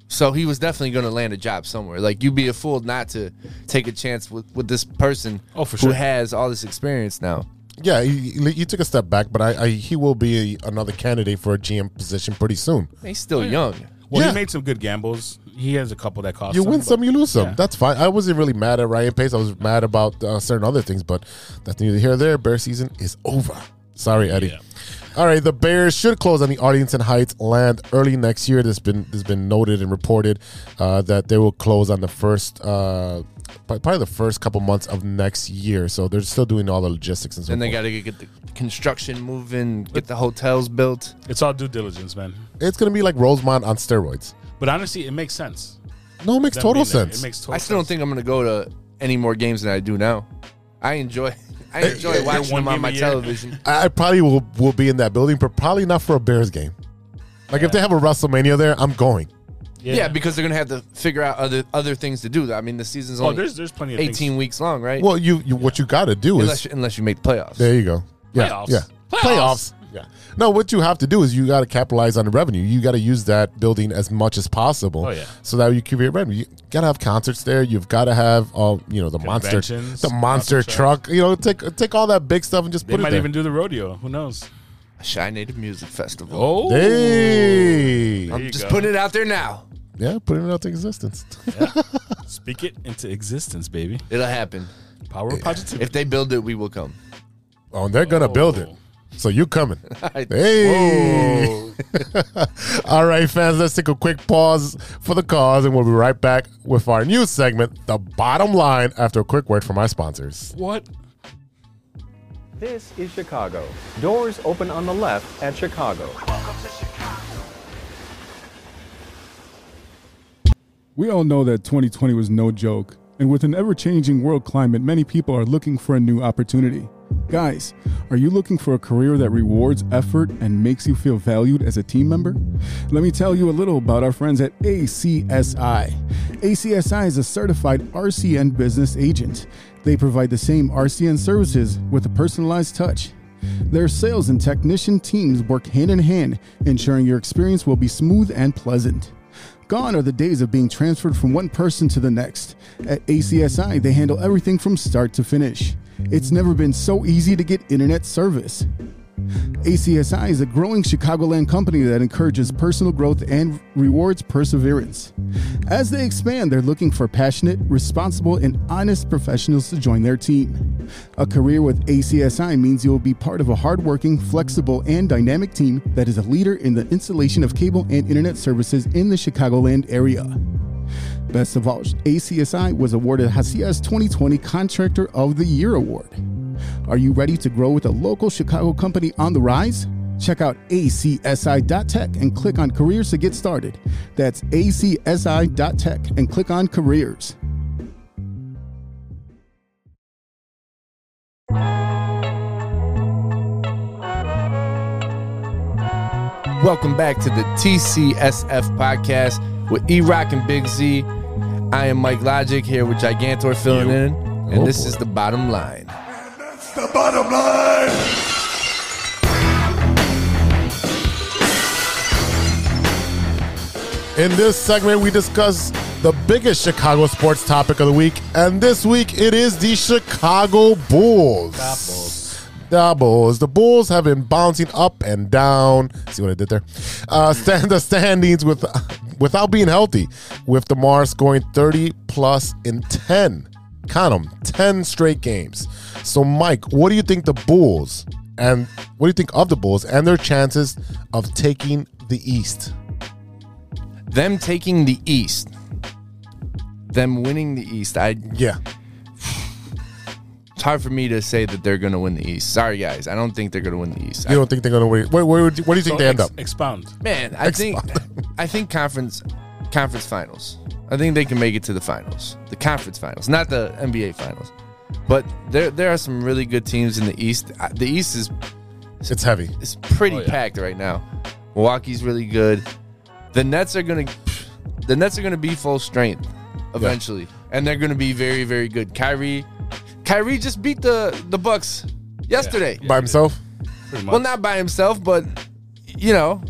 Speaker 5: So he was definitely going to land a job somewhere. Like you'd be a fool not to take a chance with, with this person
Speaker 6: Oh, for
Speaker 5: who
Speaker 6: sure.
Speaker 5: has all this experience now.
Speaker 4: Yeah, he, he- he took a step back, but I, I he will be a, another candidate for a GM position pretty soon.
Speaker 5: He's
Speaker 6: Oh,
Speaker 5: still young.
Speaker 6: Well,
Speaker 4: Yeah.
Speaker 6: he made some good gambles. He has a couple that cost.
Speaker 4: You win some,
Speaker 6: but-
Speaker 4: you lose some.
Speaker 6: Yeah.
Speaker 4: That's fine. I wasn't really mad at Ryan Pace. I was mad about uh, certain other things, but that's neither here nor there. Bear season is over. Sorry, Eddie.
Speaker 6: Yeah.
Speaker 4: All right, the Bears should close on the audience in Heights land early next year. There's been there's been noted and reported uh, that they will close on the first uh, pro- probably the first couple months of next year. So they're still doing all the logistics and so.
Speaker 5: And they
Speaker 4: forth.
Speaker 5: got to get the construction moving, get the hotels built.
Speaker 6: It's all due diligence, man.
Speaker 4: it's gonna be like Rosemont on steroids.
Speaker 6: But honestly, it makes sense.
Speaker 4: No, it makes
Speaker 6: Them
Speaker 4: total
Speaker 6: being there,
Speaker 4: sense.
Speaker 6: It makes total.
Speaker 5: I still don't
Speaker 6: sense.
Speaker 5: think I'm going to go to any more games than I do now. I enjoy I enjoy watching
Speaker 6: one
Speaker 5: them on
Speaker 6: game a
Speaker 5: my
Speaker 6: year.
Speaker 5: television.
Speaker 4: I I probably will, will be in that building, but probably not for a Bears game. Like if they have a WrestleMania there, I'm going.
Speaker 5: Yeah. because they're going to have to figure out other other things to do. I mean, the season's
Speaker 6: Oh,
Speaker 5: only
Speaker 6: there's there's plenty of
Speaker 5: 18
Speaker 6: things.
Speaker 5: weeks long, right?
Speaker 4: Well, you, you what you got to do
Speaker 5: unless
Speaker 4: is
Speaker 5: you, unless you make the playoffs.
Speaker 4: there you go. Yeah,
Speaker 6: Playoffs.
Speaker 4: yeah,
Speaker 6: Playoffs.
Speaker 4: Yeah. No, what you have to do is you got to capitalize on the revenue. You got to use that building as much as possible.
Speaker 6: Oh, yeah.
Speaker 4: So that you create revenue. You got to have concerts there. You've got to have all you know the monster,
Speaker 6: Conventions,
Speaker 4: the monster
Speaker 6: monster
Speaker 4: truck. You know, take take all that big stuff and just
Speaker 6: They
Speaker 4: put it
Speaker 6: might
Speaker 4: there.
Speaker 6: even do the rodeo. Who knows?
Speaker 5: Shy Native Music Festival.
Speaker 6: Oh,
Speaker 4: hey,
Speaker 5: I'm
Speaker 6: you
Speaker 5: just
Speaker 6: go.
Speaker 5: putting it out there now.
Speaker 4: yeah, put it out to existence.
Speaker 6: speak it into existence, baby.
Speaker 5: It'll happen.
Speaker 6: Power of positivity.
Speaker 5: If they build it, we will come.
Speaker 4: Oh, and they're gonna build it. So you coming?
Speaker 5: I-
Speaker 4: Hey! All right, fans. Let's take a quick pause for the cause, and we'll be right back with our new segment, "The Bottom Line," after a quick word from our sponsors.
Speaker 6: What?
Speaker 7: This is Chicago. Doors open on the left at Chicago.
Speaker 9: We all know that 2020 was no joke, and with an ever changing world climate, many people are looking for a new opportunity. Guys, are you looking for a career that rewards effort and makes you feel valued as a team member? Let me tell you a little about our friends at ACSI. ACSI is a certified RCN business agent. They provide the same RCN services with a personalized touch. Their sales and technician teams work hand in hand, ensuring your experience will be smooth and pleasant. Gone are the days of being transferred from one person to the next. At ACSI, they handle everything from start to finish. It's never been so easy to get internet service. ACSI is a growing Chicagoland company that encourages personal growth and rewards perseverance. As they expand, they're looking for passionate, responsible, and honest professionals to join their team. A career with ACSI means you will be part of a hardworking, flexible, and dynamic team that is a leader in the installation of cable and internet services in the Chicagoland area. Best of all, ACSI was awarded Hacias 2020 Contractor of the Year Award. Are you ready to grow with a local Chicago company on the rise? Check out acsi.tech and click on careers to get started. That's acsi.tech and click on careers.
Speaker 5: Welcome back to the TCSF podcast with E Rock and Big Z. I am Mike Logic here with Gigantor filling in, and this is the bottom line.
Speaker 10: The bottom line.
Speaker 4: In this segment, we discuss the biggest Chicago sports topic of the week, and this week it is the Chicago Bulls. The Bulls. The Bulls have been bouncing up and down. See what I did there? Uh, stand the standings with without being healthy, with DeMar scoring 30 plus in 10. Count 'em, 10 straight games. So, Mike, what do you think the Bulls and what do you think of the Bulls and their chances of taking the East?
Speaker 5: Them taking the East, them winning the East. I
Speaker 4: Yeah.
Speaker 5: it's hard for me to say that they're going to win the East. Sorry guys, I don't think they're going to win the East. I-
Speaker 4: You don't think they're going to win? Where, where, would you- where do you think
Speaker 6: So
Speaker 4: they end
Speaker 6: ex-
Speaker 4: up?
Speaker 6: Expound.
Speaker 5: Man, I think I think conference conference finals. I think they can make it to the finals, the conference finals, not the NBA finals. But there there are some really good teams in the East. Uh, The East is
Speaker 4: It's heavy.
Speaker 5: It's pretty
Speaker 6: Oh, yeah.
Speaker 5: packed right now. Milwaukee's really good. The Nets are gonna the Nets are gonna be full strength eventually. And they're gonna be very, very good. Kyrie Kyrie just beat the the Bucks yesterday.
Speaker 4: By himself?
Speaker 6: Pretty much.
Speaker 5: Well, not by himself, but you know,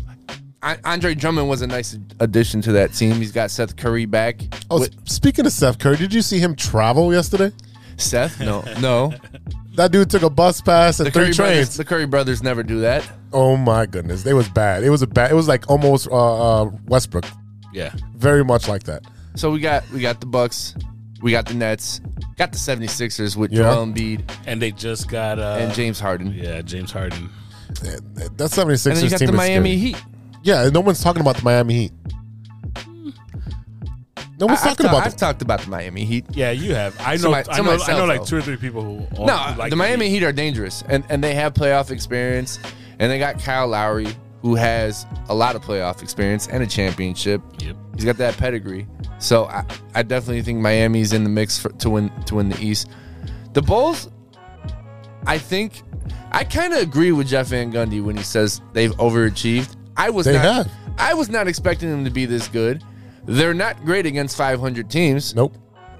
Speaker 5: An- Andre Drummond was a nice addition to that team. He's got Seth Curry back.
Speaker 4: Oh,
Speaker 5: With-
Speaker 4: s- speaking of Seth Curry, did you see him travel yesterday?
Speaker 5: Seth? No, no.
Speaker 4: That dude took a bus pass and
Speaker 5: The
Speaker 4: three
Speaker 5: Curry
Speaker 4: trains.
Speaker 5: brothers. The Curry brothers never do that.
Speaker 4: oh my goodness, they was bad. It was a bad. It was like almost uh, uh, Westbrook,
Speaker 6: yeah.
Speaker 4: very much like that.
Speaker 5: So we got we got the Bucks, we got the Nets, got the 76ers with
Speaker 4: Yeah.
Speaker 5: Joel Embiid
Speaker 6: And they just got uh,
Speaker 5: and James Harden.
Speaker 6: Yeah, James Harden.
Speaker 4: That 76ers
Speaker 5: And then you got
Speaker 4: team
Speaker 5: the
Speaker 4: is
Speaker 5: Miami
Speaker 4: scary.
Speaker 5: Heat.
Speaker 4: Yeah, no one's talking about the Miami Heat. No one's
Speaker 5: I- I've
Speaker 4: talking
Speaker 5: ta-
Speaker 4: about
Speaker 5: I've
Speaker 4: them.
Speaker 5: talked about the Miami Heat.
Speaker 6: Yeah, you have. I know.
Speaker 5: To my-
Speaker 6: I
Speaker 5: to
Speaker 6: know. I
Speaker 5: myself,
Speaker 6: know like
Speaker 5: though.
Speaker 6: two or three people who.
Speaker 5: No,
Speaker 6: who like
Speaker 5: the Miami Heat are dangerous, and and they have playoff experience, and they got Kyle Lowry, who has a lot of playoff experience and a championship.
Speaker 6: Yep.
Speaker 5: He's got that pedigree. So I, I definitely think Miami's in the mix for, to win to win the East. The Bulls, I think, I kind of agree with Jeff Van Gundy when he says they've overachieved. I was
Speaker 4: They
Speaker 5: not,
Speaker 4: have.
Speaker 5: I was not expecting them to be this good. They're not great against 500 teams.
Speaker 4: Nope.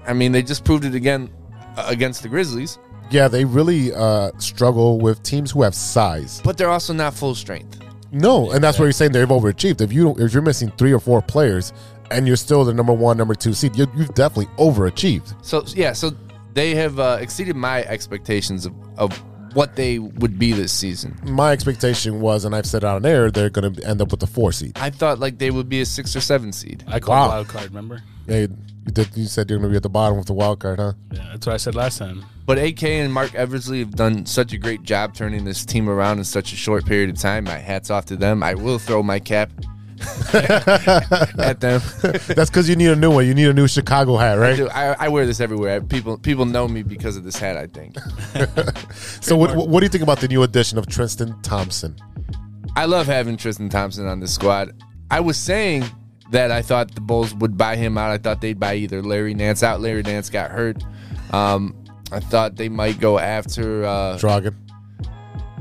Speaker 5: I mean, they just proved it again uh, against the Grizzlies.
Speaker 4: Yeah, they really uh, struggle with teams who have size.
Speaker 5: but they're also not full strength.
Speaker 4: No, and that's where you're saying they've overachieved. If you if you're missing three or four players and you're still the number one, number two seed, you, you've definitely overachieved.
Speaker 5: So yeah, so they have uh, exceeded my expectations of, of what they would be this season.
Speaker 4: My expectation was, and I've said it on air, they're going to end up with the four seed.
Speaker 5: I thought like they would be a six or seven seed.
Speaker 6: I called
Speaker 4: Wow.
Speaker 6: wild card. Remember?
Speaker 4: Yeah, you, did, you said you're going to be at the bottom with the wild card, huh?
Speaker 6: Yeah, that's what I said last time.
Speaker 5: But AK and Mark Eversley have done such a great job turning this team around in such a short period of time. My hats off to them. I will throw my cap at them.
Speaker 4: That's because you need a new one. You need a new Chicago hat, right?
Speaker 5: Dude, I, I wear this everywhere. People people know me because of this hat. I think
Speaker 4: So, what, what do you think about the new addition of Tristan Thompson?
Speaker 5: I love having Tristan Thompson on this squad. I was saying that I thought the Bulls would buy him out. I thought they'd buy either Larry Nance out. Larry Nance got hurt. Um, I thought they might go after. Uh,
Speaker 4: Dragon.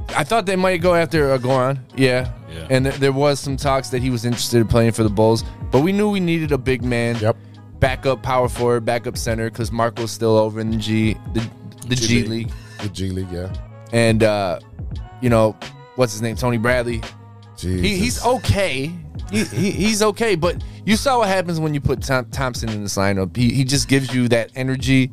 Speaker 5: I thought they might go after uh, Goran. Yeah.
Speaker 6: Yeah.
Speaker 5: And th- there was some talks that he was interested in playing for the Bulls, but we knew we needed a big man.
Speaker 4: Yep.
Speaker 5: Backup power forward, backup center, because Marco's still over in the G, the, the
Speaker 6: G
Speaker 5: G
Speaker 6: League.
Speaker 5: League
Speaker 4: The G League, yeah.
Speaker 5: and uh, you know what's his name, Tony Bradley. He,
Speaker 4: Jesus.
Speaker 5: he's okay. He, he, he's okay, but you saw what happens when you put Tom, Thompson in this lineup. He, he just gives you that energy.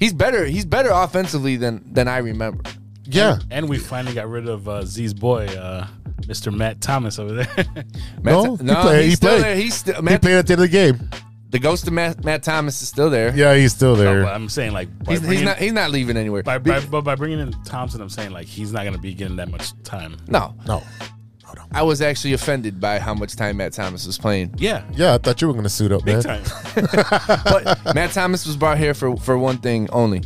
Speaker 5: He's better. He's better offensively than than I remember.
Speaker 4: Yeah.
Speaker 6: And we finally got rid of uh, Z's boy, uh, Mr. Matt Thomas over there.
Speaker 4: No,
Speaker 5: Th-
Speaker 4: he played-
Speaker 5: he's
Speaker 4: he
Speaker 5: still
Speaker 4: played.
Speaker 5: there. He's still
Speaker 4: He
Speaker 5: Matt,
Speaker 4: played at the end of the game.
Speaker 5: the ghost of Matt, Matt Thomas is still there.
Speaker 4: Yeah, he's still
Speaker 6: No, uh,
Speaker 4: there.
Speaker 6: but I'm saying like by
Speaker 5: He's, he's
Speaker 6: bringing,
Speaker 5: not. He's not leaving anywhere.
Speaker 6: by, by, but by bringing in Thompson, I'm saying like he's not gonna be getting that much time.
Speaker 5: no,
Speaker 4: No.
Speaker 5: I was actually offended by how much time Matt Thomas was playing.
Speaker 6: Yeah,
Speaker 4: Yeah, I thought you were going to suit up,
Speaker 6: big
Speaker 4: man.
Speaker 6: time.
Speaker 5: but Matt Thomas was brought here for for one thing only: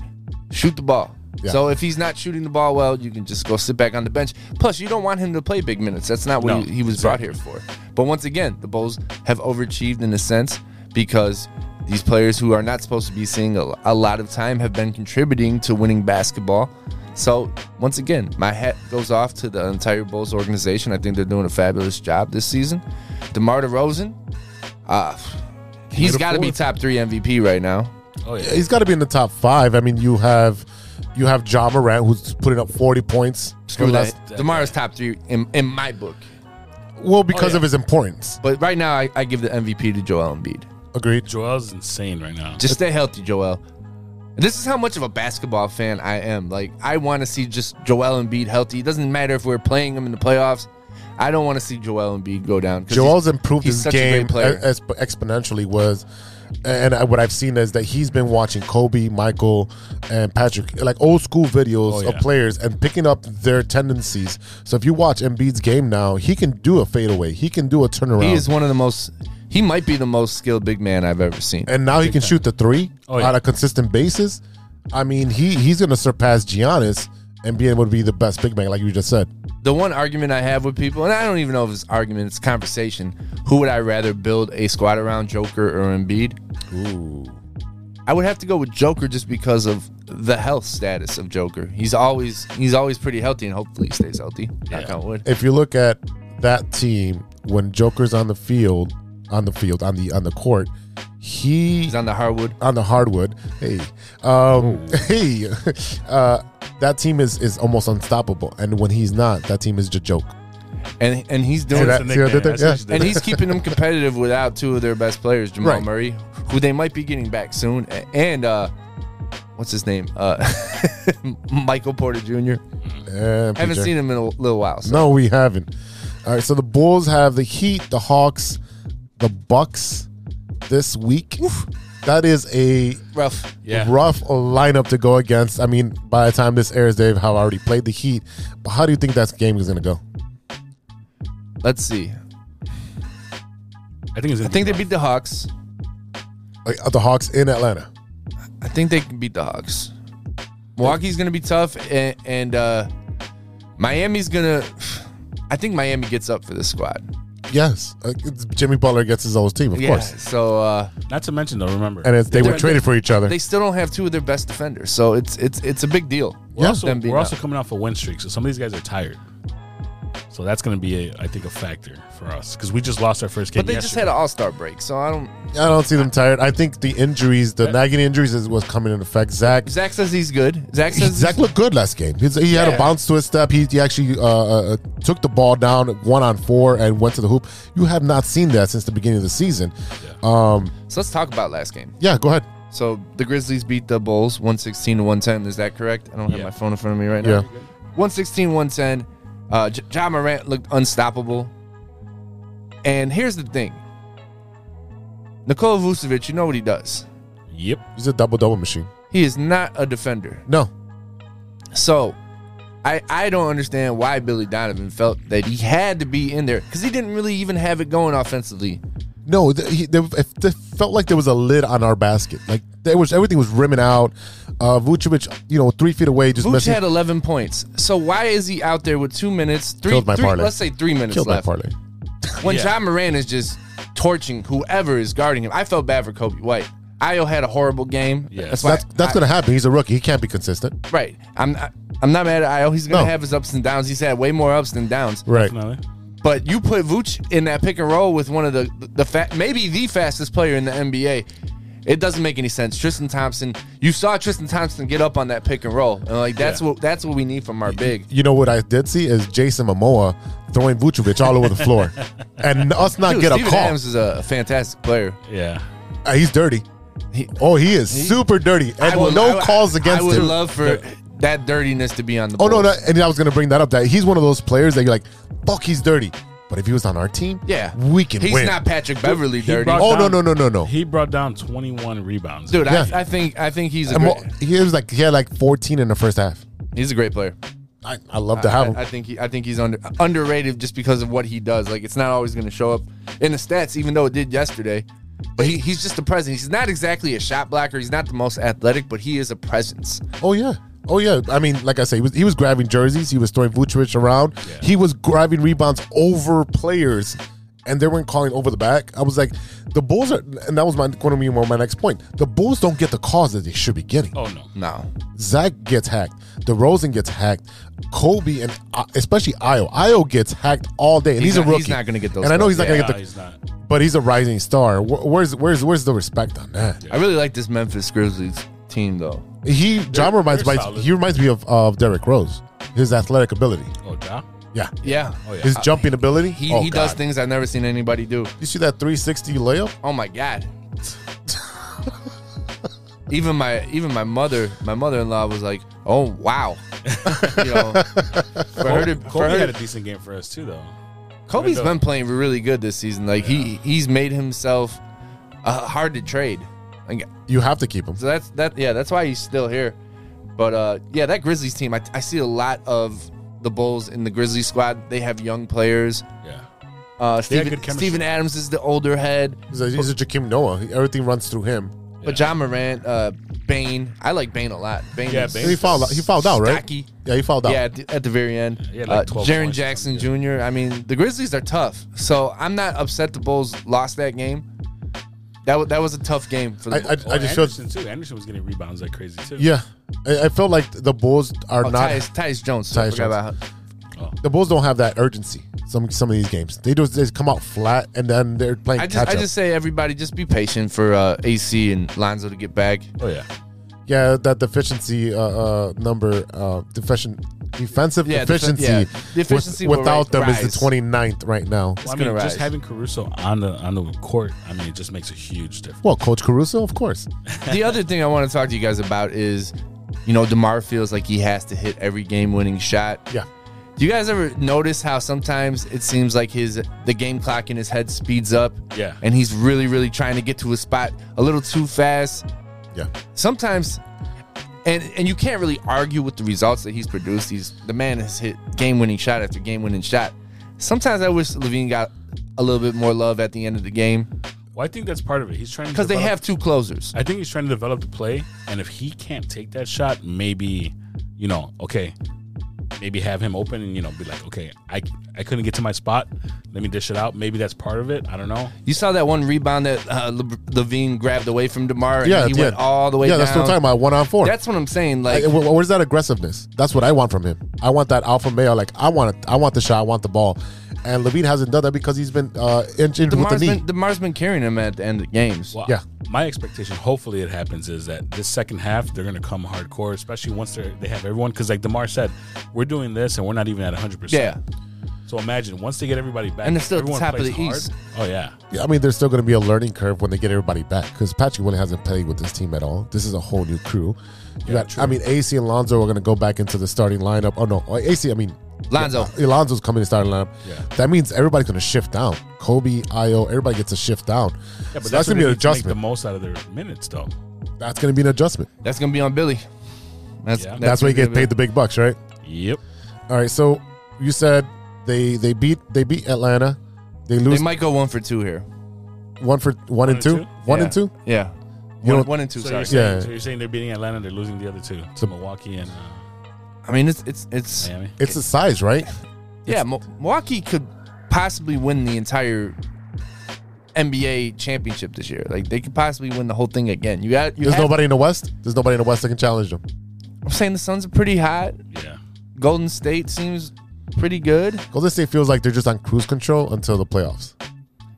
Speaker 5: shoot the ball.
Speaker 4: Yeah.
Speaker 5: So if he's not shooting the ball well, you can just go sit back on the bench. Plus, you don't want him to play big minutes. That's not what
Speaker 6: No,
Speaker 5: he, he was brought here for. But once again, the Bulls have overachieved in a sense because these players who are not supposed to be seeing a, a lot of time have been contributing to winning basketball. So once again, my hat goes off to the entire Bulls organization. I think they're doing a fabulous job this season. DeMar DeRozan, uh, he's
Speaker 4: Can't
Speaker 5: got to be
Speaker 4: afford-
Speaker 5: top three MVP right now.
Speaker 6: Oh yeah,
Speaker 4: He's got to be in the top five. I mean, you have you have John Morant who's putting up forty points.
Speaker 5: Screw
Speaker 4: Or
Speaker 5: that.
Speaker 4: less.
Speaker 5: Demar's top three in, in my book.
Speaker 4: Well,
Speaker 5: Oh,
Speaker 4: because
Speaker 6: yeah.
Speaker 4: of his importance.
Speaker 5: But right now, I, I give the MVP to Joel Embiid.
Speaker 4: Agreed.
Speaker 6: Joel's insane right now.
Speaker 5: Just stay healthy, Joel. This is how much of a basketball fan I am. Like, I want to see just Joel Embiid healthy. It doesn't matter if we're playing him in the playoffs. I don't want to see Joel Embiid go down. 'cause
Speaker 4: Joel's
Speaker 5: he's-
Speaker 4: improved
Speaker 5: he's
Speaker 4: his
Speaker 5: such a great
Speaker 4: game
Speaker 5: player.
Speaker 4: es- exponentially. Was and I, what I've seen is that he's been watching Kobe, Michael, and Patrick, like old school videos
Speaker 6: Oh,
Speaker 4: of
Speaker 6: yeah.
Speaker 4: players, and picking up their tendencies. So if you watch Embiid's game now, he can do a fadeaway, he can do a turnaround,
Speaker 5: He is one of the most. He might be the most skilled big man I've ever seen.
Speaker 4: and now he can shoot the three
Speaker 6: Oh, yeah.
Speaker 4: on a consistent basis. I mean, he he's going to surpass Giannis and be able to be the best big man, like you just said.
Speaker 5: the one argument I have with people, and I don't even know if it's argument, it's conversation. Who would I rather build a squad around, Joker or Embiid? Ooh. I would have to go with Joker just because of the health status of Joker. He's always he's always pretty healthy, and hopefully he stays healthy. Knock on wood.
Speaker 4: If you look at that team, when Joker's on the field, on the field, on the on the court, he
Speaker 5: He's on the hardwood.
Speaker 4: on the hardwood. Hey, um, hey, uh, that team is is almost unstoppable. And when he's not, that team is the joke.
Speaker 5: and and he's doing
Speaker 4: See
Speaker 5: that,
Speaker 4: that? See what I did there?
Speaker 6: That's what she
Speaker 4: Yeah.
Speaker 5: and he's keeping them competitive without two of their best players, Jamal
Speaker 4: Right.
Speaker 5: Murray, who they might be getting back soon, a- and uh, what's his name, uh, Michael Porter Jr.
Speaker 4: And
Speaker 5: I haven't
Speaker 4: PJ.
Speaker 5: seen him in a little while. So.
Speaker 4: No, we haven't. All right, so the Bulls have the Heat, the Hawks, the Bucks this week. That is a
Speaker 5: Rough.
Speaker 6: Yeah.
Speaker 4: rough lineup to go against. I mean, by the time this airs, they've have already played the Heat. But how do you think that game is going to go?
Speaker 5: Let's see.
Speaker 6: I think it's.
Speaker 5: I think they beat the Hawks.
Speaker 4: Like uh, the Hawks in Atlanta.
Speaker 5: I think they can beat the Hawks. Milwaukee's gonna be tough, and, and uh, Miami's gonna. I think Miami gets up for this squad.
Speaker 4: Yes, Uh, it's Jimmy Butler against his old team, of
Speaker 5: yeah.
Speaker 4: course.
Speaker 5: So uh,
Speaker 6: Not to mention though, remember.
Speaker 4: And it's, they
Speaker 5: They're-
Speaker 4: were traded for each other.
Speaker 5: they still don't have two of their best defenders. So it's it's it's a big deal.
Speaker 6: we're also,
Speaker 5: Them being
Speaker 6: we're
Speaker 5: up.
Speaker 6: also coming off a win streak, so some of these guys are tired. So that's going to be, a, I think, a factor for us because we just lost our first game.
Speaker 5: But they just had an All Star break, so I don't.
Speaker 4: I don't see them tired. I think the injuries, the nagging injuries, is what's coming in effect. Zach,
Speaker 5: Zach says he's good. Zach says
Speaker 4: Zach looked good last game. He's, he had
Speaker 5: Yeah.
Speaker 4: a bounce to his step. He, he actually uh, uh, took the ball down one on four and went to the hoop. You have not seen that since the beginning of the season. Um,
Speaker 5: So let's talk about last game.
Speaker 4: yeah, go ahead.
Speaker 5: So the Grizzlies beat the Bulls 116 to 110. Is that correct? I don't have
Speaker 6: Yeah.
Speaker 5: my phone in front of me right
Speaker 4: Yeah.
Speaker 5: now. 116 110. Uh, J- John Morant looked unstoppable. And here's the thing Nikola Vucevic, you know what he does.
Speaker 6: Yep.
Speaker 4: He's a double double machine.
Speaker 5: He is not a defender.
Speaker 4: No,
Speaker 5: So I I don't understand why Billy Donovan felt that he had to be in there because he didn't really even have it going offensively.
Speaker 4: no. th he, they, if they felt like there was a lid on our basket. Like there was everything was rimming out. Uh, Vucevic, you know, three feet away, just
Speaker 5: Vooch
Speaker 4: missing.
Speaker 5: had 11 points. So why is he out there with two minutes, three,
Speaker 4: Killed my
Speaker 5: three
Speaker 4: parlay.
Speaker 5: let's say three minutes
Speaker 4: Killed that
Speaker 5: left?
Speaker 4: parlay.
Speaker 5: When
Speaker 6: Yeah.
Speaker 5: John Moran is just torching whoever is guarding him. I felt bad for Kobe White. Io had a horrible game.
Speaker 6: Yeah.
Speaker 5: That's why
Speaker 4: That's that's gonna happen. He's a rookie. He can't be consistent.
Speaker 5: right. I'm not, I'm not mad at Io. He's gonna
Speaker 4: No.
Speaker 5: have his ups and downs. He's had way more ups than downs.
Speaker 4: Right.
Speaker 6: Finale.
Speaker 5: But you put Vooch in that pick and roll with one of the the fa- maybe the fastest player in the NBA. It doesn't make any sense. Tristan Thompson, you saw Tristan Thompson get up on that pick and roll, and like that's
Speaker 6: Yeah.
Speaker 5: what that's what we need from our big.
Speaker 4: You know what I did see is Jason Momoa throwing Vucevic all over the floor, and us not
Speaker 5: Dude,
Speaker 4: get
Speaker 5: Steven
Speaker 4: a call.
Speaker 5: Adams is a fantastic player.
Speaker 6: Yeah.
Speaker 4: Uh, he's dirty.
Speaker 5: He-
Speaker 4: oh, he is super dirty, and
Speaker 5: would-
Speaker 4: no
Speaker 5: I-
Speaker 4: calls against
Speaker 5: I would
Speaker 4: him.
Speaker 5: love for that dirtiness to be on the.
Speaker 4: oh no,
Speaker 5: Bulls.
Speaker 4: that, and I was gonna bring that up. That he's one of those players that you're like, fuck, he's dirty. But if he was on our team,
Speaker 5: yeah,
Speaker 4: we can
Speaker 5: He's
Speaker 4: win.
Speaker 5: not Patrick Beverly
Speaker 6: He
Speaker 5: dirty, Oh,
Speaker 6: brought
Speaker 4: Oh, no, no, no, no, no.
Speaker 6: He brought down 21 rebounds.
Speaker 5: dude.
Speaker 4: yeah.
Speaker 5: I, I think I think he's a
Speaker 4: And
Speaker 5: great,
Speaker 4: mo- he was like he had like 14 in the first half.
Speaker 5: he's a great player.
Speaker 4: I, I love to have him.
Speaker 5: I, I think he, I think he's under, underrated just because of what he does. Like it's not always going to show up in the stats, even though it did yesterday. But he, he's just a presence. He's not exactly a shot blocker. He's not the most athletic, but he is a presence.
Speaker 4: oh yeah. Oh yeah, I mean, like I say, he was, he was grabbing jerseys. He was throwing Vucevic around. He was grabbing rebounds over players, and they weren't calling over the back. I was like, the Bulls are, and that was my going to be my next point. The Bulls don't get the calls that they should be getting.
Speaker 6: Oh, no.
Speaker 5: No,
Speaker 4: Zach gets hacked. DeRozan gets hacked. Kobe and uh, especially Io. Io gets hacked all day, and
Speaker 5: He's
Speaker 4: he's,
Speaker 5: not-
Speaker 4: a
Speaker 5: he's
Speaker 4: rookie.
Speaker 5: not gonna get those
Speaker 4: And I know he's not
Speaker 6: Yeah,
Speaker 4: going to get the.
Speaker 6: he's not.
Speaker 4: But he's a rising star. Wh- Where's where's where's the respect on that?
Speaker 5: I really like this Memphis Grizzlies team though.
Speaker 4: He John reminds
Speaker 6: they're
Speaker 4: me.
Speaker 6: solid.
Speaker 4: He reminds me of of Derrick Rose. His athletic ability.
Speaker 6: Oh, ja?
Speaker 4: Yeah.
Speaker 5: Oh, Yeah,
Speaker 4: His jumping ability.
Speaker 5: he,
Speaker 4: Oh,
Speaker 5: he does
Speaker 4: God.
Speaker 5: things I've never seen anybody do.
Speaker 4: You see that 360 layup?
Speaker 5: Oh my god. even my even my mother my mother in law was like, oh wow. you know, for her to, for
Speaker 6: Kobe
Speaker 5: her
Speaker 6: had a
Speaker 5: to
Speaker 6: decent game for us, too, though.
Speaker 5: Kobe's
Speaker 6: Right
Speaker 5: been playing really good this season. Like he he's made himself uh, hard to trade. Like,
Speaker 4: You have to keep him.
Speaker 5: so that's that yeah, that's why he's still here. But uh, yeah, that Grizzlies team, I, I see a lot of the Bulls in the Grizzlies squad. They have young players.
Speaker 6: Yeah.
Speaker 5: Uh,
Speaker 6: They had
Speaker 5: Steven,
Speaker 6: good chemistry.
Speaker 5: Steven Adams is the older head,
Speaker 4: He's a, he's a Jakeem Noah. He- Everything runs through him.
Speaker 5: but John Morant, uh, Bain. I like Bain a lot. Bain
Speaker 6: Yeah,
Speaker 5: is
Speaker 6: Bain.
Speaker 4: And he fouled. out- He fouled out, right?
Speaker 5: Stocky.
Speaker 4: Yeah, he fouled out.
Speaker 5: Yeah, at the, at the very end.
Speaker 6: He had like
Speaker 5: Uh,
Speaker 6: 12
Speaker 5: Jaren
Speaker 6: points or
Speaker 5: Jackson Jr. I mean, the Grizzlies are tough. So I'm not upset the Bulls lost that game. That was that was a tough game for the.
Speaker 4: I, I, I just feel
Speaker 6: Anderson too. Anderson was getting rebounds like crazy too.
Speaker 4: yeah. I, I felt like the Bulls are
Speaker 5: oh,
Speaker 4: not
Speaker 5: Tyus, Tyus Jones.
Speaker 4: Tyus
Speaker 5: I forgot
Speaker 4: Jones.
Speaker 5: about-
Speaker 4: the Bulls don't have that urgency. Some some of these games they just they just come out flat and then they're playing
Speaker 5: I just
Speaker 4: catch
Speaker 5: I
Speaker 4: up.
Speaker 5: just say everybody just be patient for uh, AC and Lonzo to get back.
Speaker 6: Oh yeah.
Speaker 4: yeah, that deficiency uh, uh, number uh, deficient defensive
Speaker 5: Yeah, defe-
Speaker 4: efficiency,
Speaker 5: yeah. The efficiency will
Speaker 4: without them is
Speaker 5: rise.
Speaker 4: the 29th right now.
Speaker 6: Well, I
Speaker 5: gonna
Speaker 6: mean,
Speaker 5: rise.
Speaker 6: just having Caruso on the on the court, I mean, it just makes a huge difference.
Speaker 4: Well, Coach Caruso, of course.
Speaker 5: the other thing I want to talk to you guys about is, you know, Demar feels like he has to hit every game-winning shot.
Speaker 4: Yeah.
Speaker 5: Do you guys ever notice how sometimes it seems like his the game clock in his head speeds up?
Speaker 6: Yeah.
Speaker 5: And he's really, really trying to get to a spot a little too fast.
Speaker 4: Yeah.
Speaker 5: Sometimes and and you can't really argue with the results that he's produced. He's the man has hit game winning shot after game winning shot. Sometimes I wish Levine got a little bit more love at the end of the game.
Speaker 6: Well, I think that's part of it. He's trying to
Speaker 5: Because they
Speaker 6: develop-
Speaker 5: have two closers.
Speaker 6: I think he's trying to develop the play, and if he can't take that shot, maybe, you know, okay, maybe have him open and you know be like, okay, I I couldn't get to my spot. Let me dish it out. Maybe that's part of it. I don't know.
Speaker 5: You saw that one rebound that uh, Le- Levine grabbed away from DeMar and
Speaker 4: Yeah,
Speaker 5: he
Speaker 4: yeah.
Speaker 5: went all the way
Speaker 4: Yeah,
Speaker 5: down.
Speaker 4: that's what I'm talking about. One on four.
Speaker 5: That's what I'm saying. Like
Speaker 4: Like, wh- where's that aggressiveness? That's what I want from him. I want that alpha male. Like I want it. I want the shot. I want the ball. And Levine hasn't done that because he's been uh, inch- injured with the
Speaker 5: DeMar's
Speaker 4: knee.
Speaker 5: been, DeMar's been carrying him at the end of the games.
Speaker 6: Well,
Speaker 4: Yeah.
Speaker 6: My expectation, hopefully, it happens is that this second half they're gonna come hardcore, especially once they they have everyone. Because like Demar said, we're doing this and we're not even at 100.
Speaker 5: Yeah.
Speaker 6: percent So imagine once they get everybody back,
Speaker 5: And they're still at the
Speaker 6: everyone
Speaker 5: top of
Speaker 6: plays
Speaker 5: the
Speaker 6: hard.
Speaker 5: East.
Speaker 6: Oh yeah.
Speaker 4: I mean, there's still going to be a learning curve when they get everybody back because Patrick Willie hasn't played with this team at all. This is a whole new crew. You got, I mean, AC and Lonzo are going to go back into the starting lineup. Oh no, oh, AC. I mean,
Speaker 5: Lonzo.
Speaker 4: Yeah, uh, Lonzo's coming to starting lineup.
Speaker 6: Yeah.
Speaker 4: That means everybody's going to shift down. Kobe, Io, everybody gets a shift down.
Speaker 6: Yeah, but
Speaker 4: so
Speaker 6: that's,
Speaker 4: that's
Speaker 6: when
Speaker 4: going to be
Speaker 6: they
Speaker 4: an
Speaker 6: need to Make the
Speaker 4: adjustment.
Speaker 6: most out of their minutes, though.
Speaker 4: that's going to be an adjustment.
Speaker 5: That's gonna be on Billy. That's
Speaker 6: Yeah.
Speaker 4: That's, why you
Speaker 5: gonna
Speaker 4: get
Speaker 5: be-
Speaker 4: paid the big bucks, right?
Speaker 6: Yep.
Speaker 4: All right. So you said they they beat they beat Atlanta. They
Speaker 5: They
Speaker 4: lose
Speaker 5: might go one for two here.
Speaker 4: one for one, and
Speaker 6: and
Speaker 4: two.
Speaker 6: two?
Speaker 4: One
Speaker 5: Yeah.
Speaker 4: and two.
Speaker 5: Yeah.
Speaker 4: You
Speaker 5: One,
Speaker 4: don't-
Speaker 5: one and two.
Speaker 6: So
Speaker 5: sorry.
Speaker 6: you're, saying,
Speaker 4: Yeah.
Speaker 6: so you're saying they're beating Atlanta, they're losing the other two to Milwaukee and uh,
Speaker 5: I mean, it's it's it's
Speaker 6: Miami.
Speaker 4: It's the size, right?
Speaker 5: yeah. Mo- Milwaukee could possibly win the entire NBA championship this year. Like they could possibly win the whole thing again. You got you.
Speaker 4: There's
Speaker 5: have-
Speaker 4: nobody in the West. There's nobody in the West that can challenge them.
Speaker 5: I'm saying the Suns are pretty hot.
Speaker 6: Yeah.
Speaker 5: Golden State seems pretty good.
Speaker 4: Golden State feels like they're just on cruise control until the playoffs.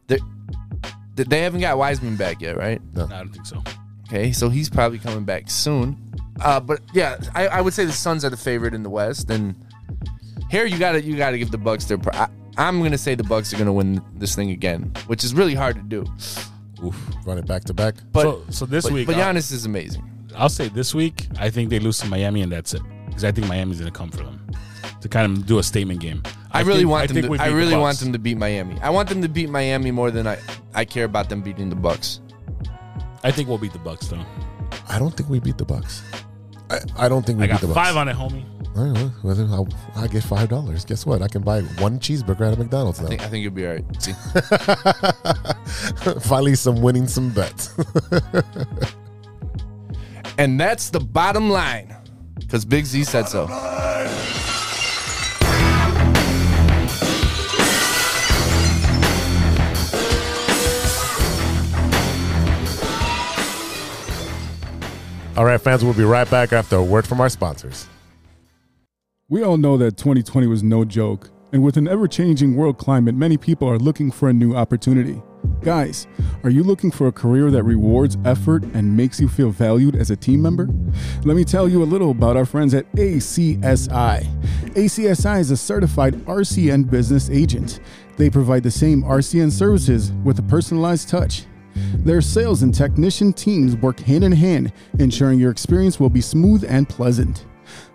Speaker 5: They they- they haven't got Wiseman back yet, right?
Speaker 6: No, I don't think so.
Speaker 5: Okay, so he's probably coming back soon. Uh, but yeah, I, I would say the Suns are the favorite in the West, and here you gotta you gotta give the Bucks their. Pro- I, I'm gonna say the Bucks are gonna win this thing again, which is really hard to do.
Speaker 4: Run it back to back.
Speaker 5: But
Speaker 6: so, so this
Speaker 5: but,
Speaker 6: week,
Speaker 5: but
Speaker 6: I'll-
Speaker 5: Giannis is amazing.
Speaker 6: I'll, say this week, I think they lose to Miami and that's it. Because I think Miami's going to come for them to kind of do a statement game.
Speaker 5: I, really
Speaker 6: think-
Speaker 5: want them.
Speaker 6: think
Speaker 5: To,
Speaker 6: we
Speaker 5: I
Speaker 6: beat the
Speaker 5: really want
Speaker 6: Bucks.
Speaker 5: them to beat Miami. I want them to beat Miami more than I I care about them beating the Bucks.
Speaker 6: I think we'll beat the Bucks though.
Speaker 4: I don't think we beat the Bucks. I, I don't think we
Speaker 6: I
Speaker 4: beat
Speaker 6: got
Speaker 4: the Bucks.
Speaker 6: five on it, homie.
Speaker 4: All right, well, whether I'll- I, get five dollars. Guess what? I can buy one cheeseburger at a McDonald's
Speaker 5: I
Speaker 4: now.
Speaker 5: think I think you'll be all right. See?
Speaker 4: Finally, some winning some bets.
Speaker 5: and that's the bottom line, because Big Z said so.
Speaker 4: All right, fans, we'll be right back after a word from our sponsors.
Speaker 9: We all know that 2020 was no joke, and with an ever changing world climate, many people are looking for a new opportunity. Guys, are you looking for a career that rewards effort and makes you feel valued as a team member? Let me tell you a little about our friends at ACSI. ACSI is a certified RCN business agent. They provide the same RCN services with a personalized touch. Their sales and technician teams work hand in hand, ensuring your experience will be smooth and pleasant.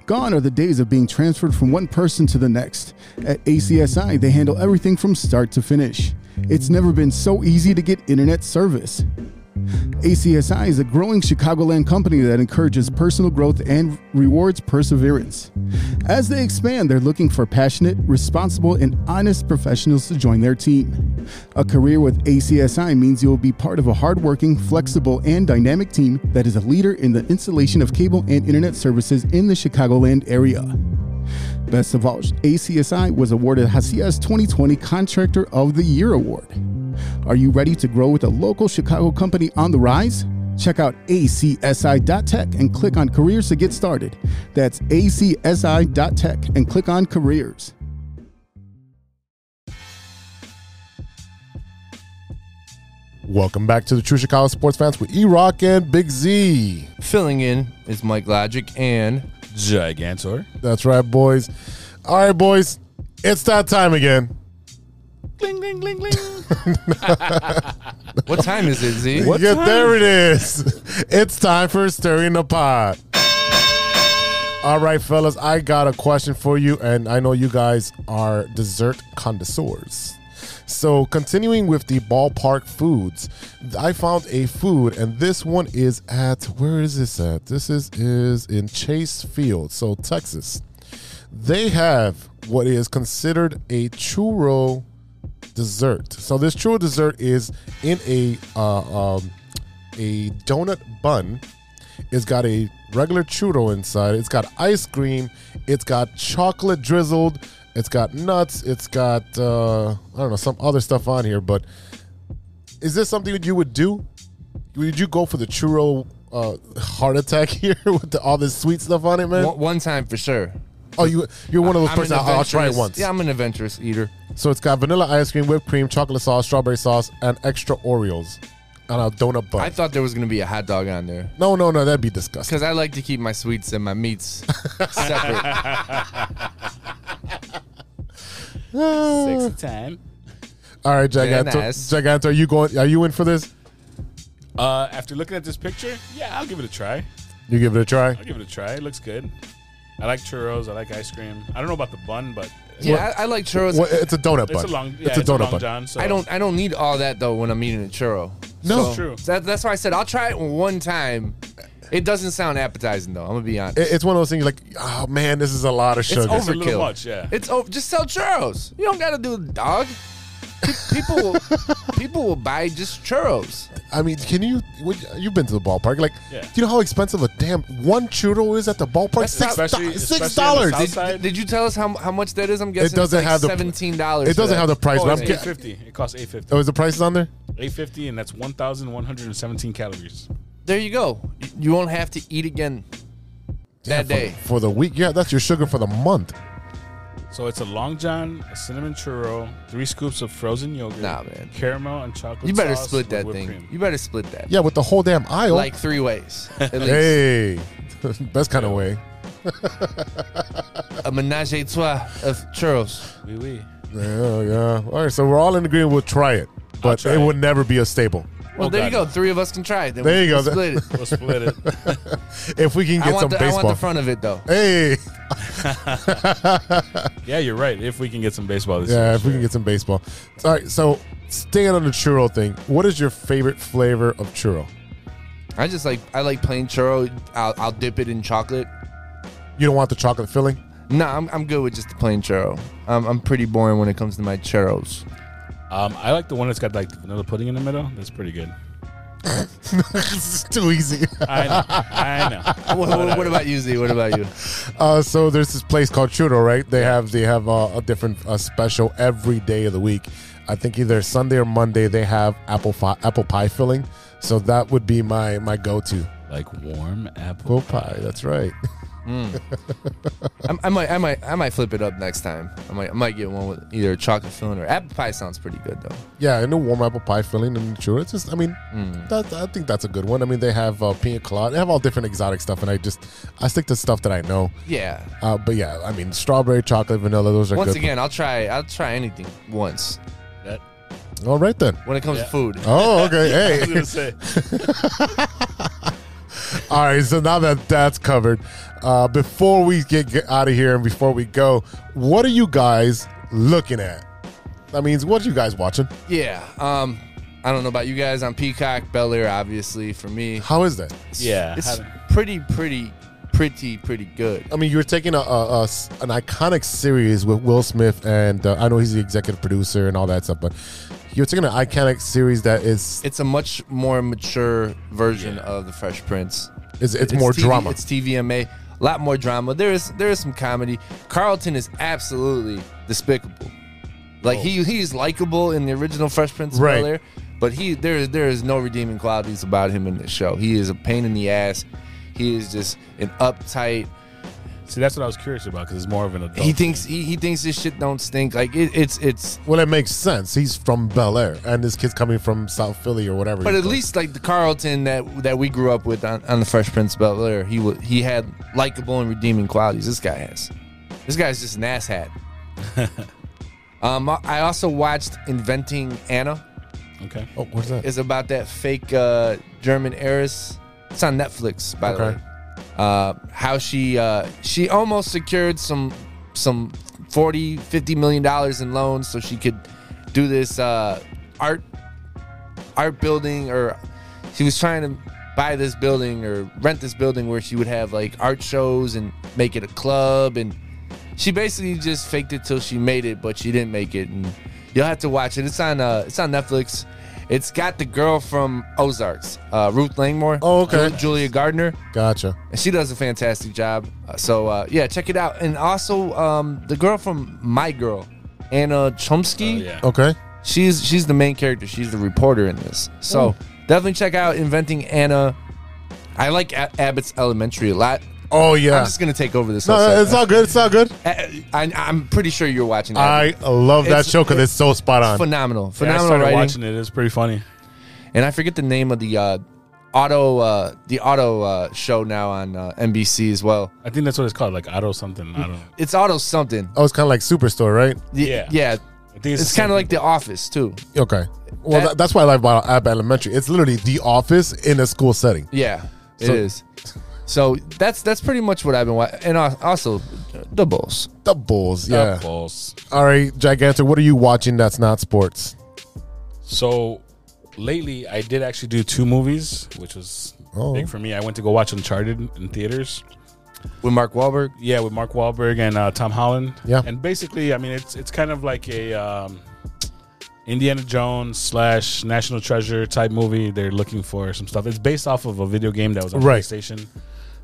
Speaker 9: Gone are the days of being transferred from one person to the next. At ACSI, they handle everything from start to finish. It's never been so easy to get internet service. ACSI is a growing Chicagoland company that encourages personal growth and rewards perseverance. As they expand, they're looking for passionate, responsible, and honest professionals to join their team. A career with ACSI means you'll be part of a hardworking, flexible, and dynamic team that is a leader in the installation of cable and internet services in the Chicagoland area. Best of all, ACSI was awarded Hacias 2020 Contractor of the Year Award. Are you ready to grow with a local Chicago company on the rise? Check out acsi.tech and click on careers to get started. That's acsi.tech and click on careers.
Speaker 4: Welcome back to the True Chicago Sports Fans with E Rock and Big Z.
Speaker 5: Filling in is Mike Logic and
Speaker 6: Gigantor.
Speaker 4: That's right, boys. All right, boys. It's that time again.
Speaker 5: Gling, gling, gling, gling. what time is it, Z?
Speaker 4: yeah, there it is. It's time for stirring the pot. All right, fellas, I got a question for you, and I know you guys are dessert connoisseurs. So, continuing with the ballpark foods, I found a food, and this one is at where is this at? This is is in Chase Field, so Texas. They have what is considered a churro dessert. So this churro dessert is in a uh, um, a donut bun. It's got a regular churro inside. It's got ice cream. It's got chocolate drizzled. It's got nuts. It's got uh, I don't know some other stuff on here. But is this something that you would do? Would you go for the churro uh, heart attack here with the, all this sweet stuff on it, man?
Speaker 5: One, one time for sure.
Speaker 4: Oh, you you're one of those
Speaker 5: I'm an
Speaker 4: persons. I'll I'll try it
Speaker 5: adventurous-
Speaker 4: once.
Speaker 5: Yeah, I'm an adventurous eater.
Speaker 4: So it's got vanilla ice cream, whipped cream, chocolate sauce, strawberry sauce, and extra Oreos on a donut bun.
Speaker 5: I thought there was gonna be a hot dog on there
Speaker 4: no, no, no, that'd be disgusting.
Speaker 5: because I like to keep my sweets and my meats separate.
Speaker 6: Six time.
Speaker 4: All right, Giganto,
Speaker 5: nice.
Speaker 4: Giganto, are you going? Are you in for this?
Speaker 6: Uh, after looking at this picture, yeah, I'll give it a try.
Speaker 4: You give it a try.
Speaker 6: I'll give it a try. It looks good. I like churros. I like ice cream. I don't know about the bun, but
Speaker 5: yeah, I, I like churros.
Speaker 4: Well, it's a donut
Speaker 6: it's
Speaker 4: bun.
Speaker 6: a long. Yeah,
Speaker 4: it's a donut
Speaker 6: long
Speaker 4: bun.
Speaker 6: john. So
Speaker 5: I don't. I don't need all that though when I'm eating a churro.
Speaker 4: No.
Speaker 6: It's true.
Speaker 5: That, that's why I said I'll try it one time. It doesn't sound appetizing though. I'm gonna be honest.
Speaker 4: It- It's one of those things like, oh man, this is a lot of sugar.
Speaker 5: It's
Speaker 6: It's a little
Speaker 5: overkill.
Speaker 6: much, yeah.
Speaker 5: It's over. Just sell churros. You don't gotta do dog. Pe- People, will, people will buy just churros.
Speaker 4: I mean, can you? Would, you've been to the ballpark. Like,
Speaker 6: Yeah.
Speaker 4: do you know how expensive a damn one churro is at the ballpark?
Speaker 5: That's
Speaker 4: Six, do-
Speaker 6: especially-
Speaker 4: six
Speaker 6: especially on the
Speaker 4: dollars.
Speaker 6: south
Speaker 5: Did,
Speaker 4: It
Speaker 6: Outside?
Speaker 5: did you tell us how how much that is? I'm guessing it's
Speaker 4: doesn't
Speaker 5: like
Speaker 4: have the-
Speaker 5: seventeen dollars.
Speaker 4: doesn't have the price.
Speaker 6: Oh,
Speaker 4: but
Speaker 6: it's
Speaker 4: I'm
Speaker 6: eight
Speaker 4: ca-
Speaker 6: fifty. It costs eight fifty.
Speaker 4: oh, is the prices on there?
Speaker 6: Eight fifty, and that's one thousand one hundred and seventeen calories.
Speaker 5: There you go. You- You won't have to eat again that
Speaker 4: Yeah, for-
Speaker 5: day.
Speaker 4: for, the week. Yeah, that's your sugar for the month.
Speaker 6: So it's a long john, a cinnamon churro, three scoops of frozen yogurt,
Speaker 5: Nah, man.
Speaker 6: caramel and chocolate.
Speaker 5: You better
Speaker 6: sauce
Speaker 5: split
Speaker 6: with
Speaker 5: that
Speaker 6: whipped
Speaker 5: thing.
Speaker 6: cream.
Speaker 5: You better split that.
Speaker 4: Yeah, with the whole damn aisle.
Speaker 5: Like three ways. At least.
Speaker 4: hey, that's kind of way.
Speaker 5: A menage a trois of churros.
Speaker 6: Oui, oui.
Speaker 4: Yeah, yeah. All right, so we're all in agreement. We'll try it, but
Speaker 6: try
Speaker 4: it
Speaker 6: it.
Speaker 4: would never be a staple.
Speaker 5: Well,
Speaker 6: Oh,
Speaker 5: there you go.
Speaker 6: God.
Speaker 5: Three of us can try it. Then
Speaker 4: There
Speaker 5: we-
Speaker 4: you go.
Speaker 5: we Split it.
Speaker 6: We'll split it.
Speaker 4: If we can
Speaker 5: I
Speaker 4: get some
Speaker 5: want, the, I
Speaker 4: baseball.
Speaker 5: want the front of it though.
Speaker 4: Hey,
Speaker 6: yeah, you're right. If we can get some baseball this year,
Speaker 4: yeah, if we
Speaker 6: sure.
Speaker 4: can get some baseball. All right, so staying on the churro thing, what is your favorite flavor of churro?
Speaker 5: I just like I like plain churro. I'll, I'll dip it in chocolate.
Speaker 4: You don't want the chocolate filling?
Speaker 5: Nah, I'm, I'm good with just the plain churro. I'm, I'm pretty boring when it comes to my churros.
Speaker 6: Um, I like the one that's got like vanilla pudding in the middle. That's pretty good.
Speaker 4: it's too easy.
Speaker 6: I know. I know.
Speaker 5: what, what- what about you, Z? What about you?
Speaker 4: Uh, so there's this place called Churro, right? They have they have uh, a different uh, special every day of the week. I think either Sunday or Monday they have apple fi- apple pie filling. So that would be my my go to
Speaker 6: Like warm apple.
Speaker 4: apple pie. That's right.
Speaker 5: I, I might, I might, I might flip it up next time. I might, I might get one with either a chocolate filling or apple pie. Sounds pretty good though.
Speaker 4: Yeah, and the warm apple pie filling and the churro. It's just, I mean,
Speaker 5: Mm.
Speaker 4: that, I think that's a good one. I mean, they have uh, pina colada. They have all different exotic stuff, and I just I stick to stuff that I know.
Speaker 5: Yeah.
Speaker 4: Uh, but yeah, I mean, strawberry, chocolate, vanilla. Those are
Speaker 5: Once
Speaker 4: good.
Speaker 5: again, I'll try. I'll try anything once
Speaker 6: That,
Speaker 4: all right then.
Speaker 5: when it comes to food.
Speaker 4: Oh, okay.
Speaker 6: I was
Speaker 4: Hey.
Speaker 6: gonna say.
Speaker 4: All right, so now that that's covered, uh, before we get, get out of here and before we go, what are you guys looking at? That means what are you guys watching?
Speaker 5: Yeah. Um, I don't know about you guys on Peacock, Bel Air, obviously for me.
Speaker 4: How is that?
Speaker 6: Yeah.
Speaker 5: It's pretty, pretty, pretty, pretty good.
Speaker 4: I mean, you're taking a, a- a s- an iconic series with Will Smith, and uh, I know he's the executive producer and all that stuff, but you're taking an iconic series that is
Speaker 5: It's a much more mature version of the Fresh Prince.
Speaker 4: is it's, more
Speaker 5: TV
Speaker 4: drama.
Speaker 5: It's TVMA. A lot more drama. There is there is some comedy. Carlton is absolutely despicable. Like he he's likable in the original Fresh Prince of
Speaker 4: Right.
Speaker 5: Bel Air, but he there there is no redeeming qualities about him in this show. He is a pain in the ass. He is just an uptight.
Speaker 6: See, that's what I was curious about because it's more of an adult.
Speaker 5: He thinks he, he thinks this shit don't stink. Like it, it's it's.
Speaker 4: Well, it makes sense. He's from Bel Air, and this kid's coming from South Philly or whatever.
Speaker 5: But
Speaker 4: he's
Speaker 5: at
Speaker 4: from.
Speaker 5: least like the Carlton that that we grew up with on, on the Fresh Prince of Bel Air, he wa he had likable and redeeming qualities. This guy has. This guy's just an asshat. um, I- I also watched Inventing Anna.
Speaker 6: okay.
Speaker 4: Oh, what's that?
Speaker 5: is about that fake uh, German heiress. It's on Netflix, by the
Speaker 4: Okay.
Speaker 5: way. Uh, how she uh, she almost secured some some 40 50 million dollars in loans so she could do this uh, art art building or she was trying to buy this building or rent this building where she would have like art shows and make it a club and she basically just faked it till she made it but she didn't make it and you'll have to watch it it's on uh it's on netflix it's got the girl from ozarks uh ruth langmore
Speaker 4: Oh, okay.
Speaker 5: Ju- julia gardner
Speaker 4: gotcha.
Speaker 5: and she does a fantastic job Uh, so uh yeah check it out and also um the girl from my girl anna chomsky
Speaker 6: Oh, yeah.
Speaker 4: Okay.
Speaker 5: she's she's the main character. She's the reporter in this. So
Speaker 4: Oh.
Speaker 5: definitely check out Inventing Anna. I like A- Abbott's Elementary a lot.
Speaker 4: Oh yeah.
Speaker 5: I'm just gonna take over this.
Speaker 4: No,
Speaker 5: whole
Speaker 4: no,
Speaker 5: segment.
Speaker 4: it's all good. It's all good.
Speaker 5: I, I, am pretty sure you're watching.
Speaker 4: I
Speaker 5: Abbott.
Speaker 4: love that
Speaker 5: It's-
Speaker 4: show because it's so spot on.
Speaker 5: phenomenal,
Speaker 6: Um, Yeah, I
Speaker 5: phenomenal
Speaker 6: started
Speaker 5: writing.
Speaker 6: watching it. It's pretty funny.
Speaker 5: And I forget the name of the uh, auto uh, the auto uh, show now on uh, NBC as well.
Speaker 6: I think that's what it's called, like auto something. I don't. know.
Speaker 5: It's auto something.
Speaker 4: Oh, it's kind of like Superstore, right?
Speaker 5: Y-
Speaker 6: Yeah.
Speaker 5: yeah.
Speaker 6: I think
Speaker 5: It's
Speaker 6: the same
Speaker 5: kind of like
Speaker 6: thing.
Speaker 5: The Office too.
Speaker 4: Okay. Well,
Speaker 5: That-
Speaker 4: that, that's what I like about App Elementary. It's literally the office in a school setting.
Speaker 5: Yeah, it
Speaker 4: So-
Speaker 5: is. So that's that's pretty much what I've been watching, and al- also the Bulls.
Speaker 4: The Bulls, yeah.
Speaker 6: Balls.
Speaker 4: All right, Gigantic, what are you watching that's not sports?
Speaker 6: So lately, I did actually do two movies, which was
Speaker 4: Oh.
Speaker 6: big for me. I went to go watch Uncharted in theaters.
Speaker 5: with Mark Wahlberg.
Speaker 6: Yeah, with Mark Wahlberg and uh, Tom Holland.
Speaker 4: Yeah.
Speaker 6: and basically, I mean, it's it's kind of like a um, Indiana Jones slash National Treasure type movie. They're looking for some stuff. It's based off of a video game that was on
Speaker 4: Right.
Speaker 6: PlayStation.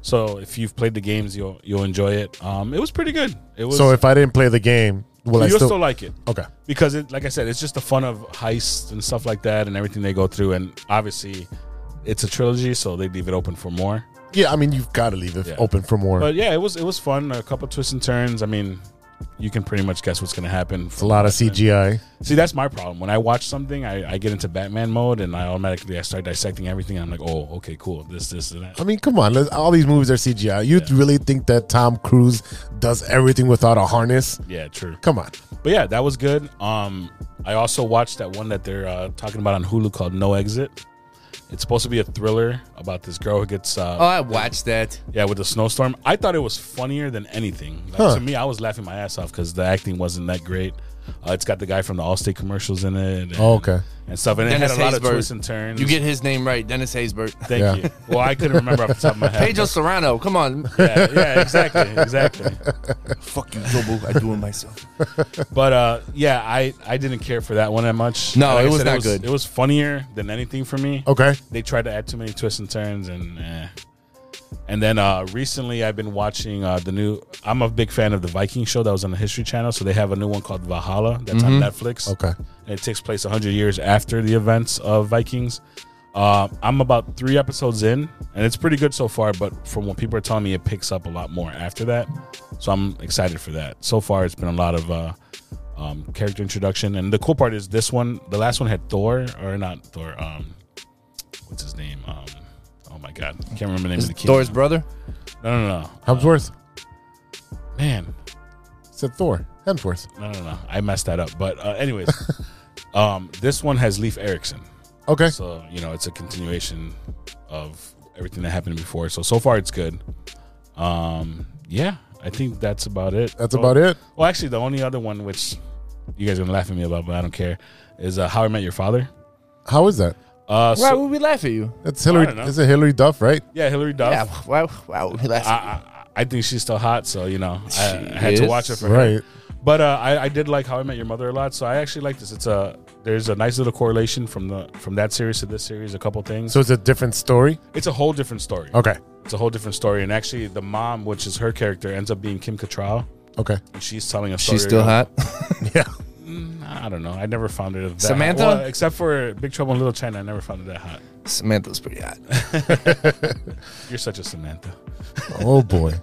Speaker 6: So if you've played the games, you'll you'll enjoy it. Um, it was pretty good. It was.
Speaker 4: So if I didn't play the game, will I
Speaker 6: you'll
Speaker 4: still,
Speaker 6: still like it
Speaker 4: Okay.
Speaker 6: because it like i said it's just the fun of heists and stuff like that and everything they go through and obviously it's a trilogy so they leave it open for more
Speaker 4: Yeah, I mean you've got to leave it
Speaker 6: Yeah.
Speaker 4: open for more.
Speaker 6: but yeah it was it was fun a couple twists and turns i mean you can pretty much guess what's going to happen
Speaker 4: it's a lot of CGI.
Speaker 6: see that's my problem when i watch something I, I get into batman mode and i automatically i start dissecting everything and i'm like oh okay cool this this and that
Speaker 4: I mean, come on, let's, all these movies are CGI. You really think that Tom Cruise does everything without a harness?
Speaker 6: yeah true
Speaker 4: Come on.
Speaker 6: but yeah that was good um i also watched that one that they're uh, talking about on hulu called no exit it's supposed to be a thriller about this girl who gets uh,
Speaker 5: Oh, I watched that.
Speaker 6: Yeah, with the snowstorm. I thought it was funnier than anything. Like,
Speaker 4: Huh.
Speaker 6: To me, I was laughing my ass off because the acting wasn't that great. Uh, it's got the guy from the Allstate commercials in it. And,
Speaker 4: Oh, okay.
Speaker 6: And stuff. And
Speaker 5: Dennis
Speaker 6: it had a lot
Speaker 5: Haysbert.
Speaker 6: of twists and turns.
Speaker 5: You get his name right, Dennis Haysbert.
Speaker 6: Thank
Speaker 4: Yeah.
Speaker 6: you. Well, I couldn't remember off the top of my head.
Speaker 5: Pedro Serrano, come on.
Speaker 6: yeah, yeah, exactly. Exactly.
Speaker 5: Fuck you, Jobu. I do it myself.
Speaker 6: But uh, yeah, I, I didn't care for that one that much.
Speaker 5: No,
Speaker 6: And
Speaker 5: it was
Speaker 6: it
Speaker 5: not
Speaker 6: was,
Speaker 5: good.
Speaker 6: It was funnier than anything for me.
Speaker 4: Okay.
Speaker 6: They tried to add too many twists and turns and. Eh. And then uh, recently, I've been watching uh, the new. I'm a big fan of the Viking show that was on the History Channel. So they have a new one called Valhalla that's on Netflix.
Speaker 4: Okay.
Speaker 6: And it takes place 100 years after the events of Vikings. Uh, I'm about three episodes in, and it's pretty good so far. But from what people are telling me, it picks up a lot more after that. So I'm excited for that. So far, it's been a lot of uh, um, character introduction, and the cool part is this one. The last one had Thor, or not Thor. Um, what's his name? Um, oh my God, I can't remember the name of the kid.
Speaker 5: Thor's brother?
Speaker 6: No, no, no.
Speaker 4: Hemsworth
Speaker 6: Uh, Man,
Speaker 4: said Thor. Hemsworth.
Speaker 6: no, no, no. I messed that up. But uh, anyways, um, this one has Leaf Erickson,
Speaker 4: Okay.
Speaker 6: so you know it's a continuation of everything that happened before. So so far it's good. Um, yeah, I think that's about it. Oh.
Speaker 4: That's about it.
Speaker 6: Well, actually, the only other one which you guys are gonna laugh at me about, but I don't care, is uh, How I Met Your Father.
Speaker 4: How is that?
Speaker 6: Uh,
Speaker 5: Why
Speaker 6: so,
Speaker 5: would we laugh at you?
Speaker 4: That's Hillary.
Speaker 6: I don't know.
Speaker 4: Is it Hillary Duff, right?
Speaker 6: yeah, Hillary
Speaker 5: Yeah,
Speaker 6: Duff.
Speaker 5: why, why would we laugh
Speaker 6: I,
Speaker 5: at
Speaker 6: I I think she's still hot, so you know I,
Speaker 5: She
Speaker 6: I had to
Speaker 5: is.
Speaker 6: watch it for her.
Speaker 4: Right.
Speaker 6: But uh, I, I did like How I Met Your Mother a lot, so I actually like this. It's a there's a nice little correlation from the from that series to this series. A couple things.
Speaker 4: So it's a different story.
Speaker 6: it's a whole different story.
Speaker 4: Okay.
Speaker 6: It's a whole different story, and actually, the mom, which is her character, ends up being Kim Cattrall,
Speaker 4: Okay.
Speaker 6: and she's telling a
Speaker 5: you?
Speaker 6: story.
Speaker 5: She's still hot.
Speaker 4: Yeah.
Speaker 6: Mm, I don't know. I never found it that
Speaker 5: Samantha?
Speaker 6: Hot. Well, except for Big Trouble in Little China, I never found it that hot.
Speaker 5: Samantha's pretty hot.
Speaker 6: You're such a Samantha.
Speaker 4: Oh boy.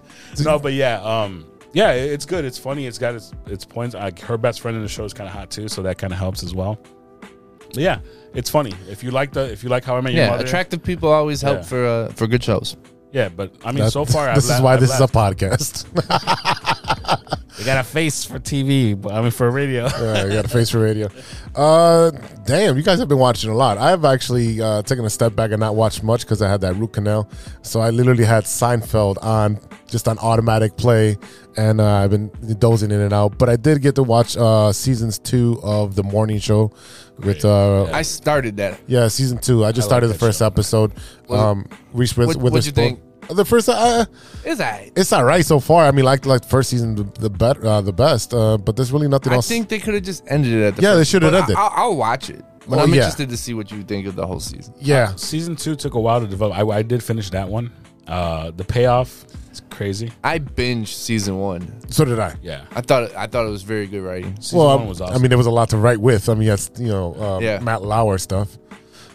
Speaker 6: no, but yeah, um, yeah, it- it's good. It's funny. It's got its its points. Like her best friend in the show is kind of hot too, so that kind of helps as well. But yeah, it's funny. If you like the if you like How I Met Your
Speaker 5: yeah,
Speaker 6: Mother,
Speaker 5: attractive people always help
Speaker 6: Yeah.
Speaker 5: for uh, for good shows.
Speaker 6: yeah. But I mean,
Speaker 4: That-
Speaker 6: so far,
Speaker 4: this
Speaker 6: I've
Speaker 4: is
Speaker 6: la-
Speaker 4: why
Speaker 6: I've
Speaker 4: this is a
Speaker 6: laughed.
Speaker 4: podcast.
Speaker 6: We got a face for TV, but I mean for radio.
Speaker 4: Yeah, you got a face for radio. Uh, damn, you guys have been watching a lot. I've actually uh, taken a step back and not watched much because I had that root canal. So I literally had Seinfeld on just on automatic play, and uh, I've been dozing in and out. But I did get to watch uh, seasons two of the morning show with uh,
Speaker 5: I started that.
Speaker 4: yeah, season two. I just started the
Speaker 6: that
Speaker 4: first episode. Um, Reese with
Speaker 5: what- what'd you think?
Speaker 4: The first, uh,
Speaker 5: It's alright.
Speaker 4: it's all right so far. I mean, like like first season, the, the bet, uh, the best. Uh, but there's really nothing
Speaker 5: I
Speaker 4: else.
Speaker 5: think they could have just ended it at the
Speaker 4: Yeah, they
Speaker 5: first-
Speaker 4: should've
Speaker 5: but
Speaker 4: ended.
Speaker 5: I, I'll, I'll watch it, but
Speaker 4: Oh,
Speaker 5: I'm
Speaker 4: yeah.
Speaker 5: interested to see what you think of the whole season.
Speaker 4: yeah,
Speaker 6: Season two took a while to develop. I, I did finish that one. Uh, the payoff, it's crazy.
Speaker 5: I binged season one.
Speaker 4: so did I.
Speaker 6: Yeah,
Speaker 5: I thought it, I thought it was very good writing.
Speaker 6: season
Speaker 4: well, um,
Speaker 6: one was awesome.
Speaker 4: I mean, there was a lot to write with. I mean, that's you know, um,
Speaker 5: Yeah.
Speaker 4: Matt Lauer stuff.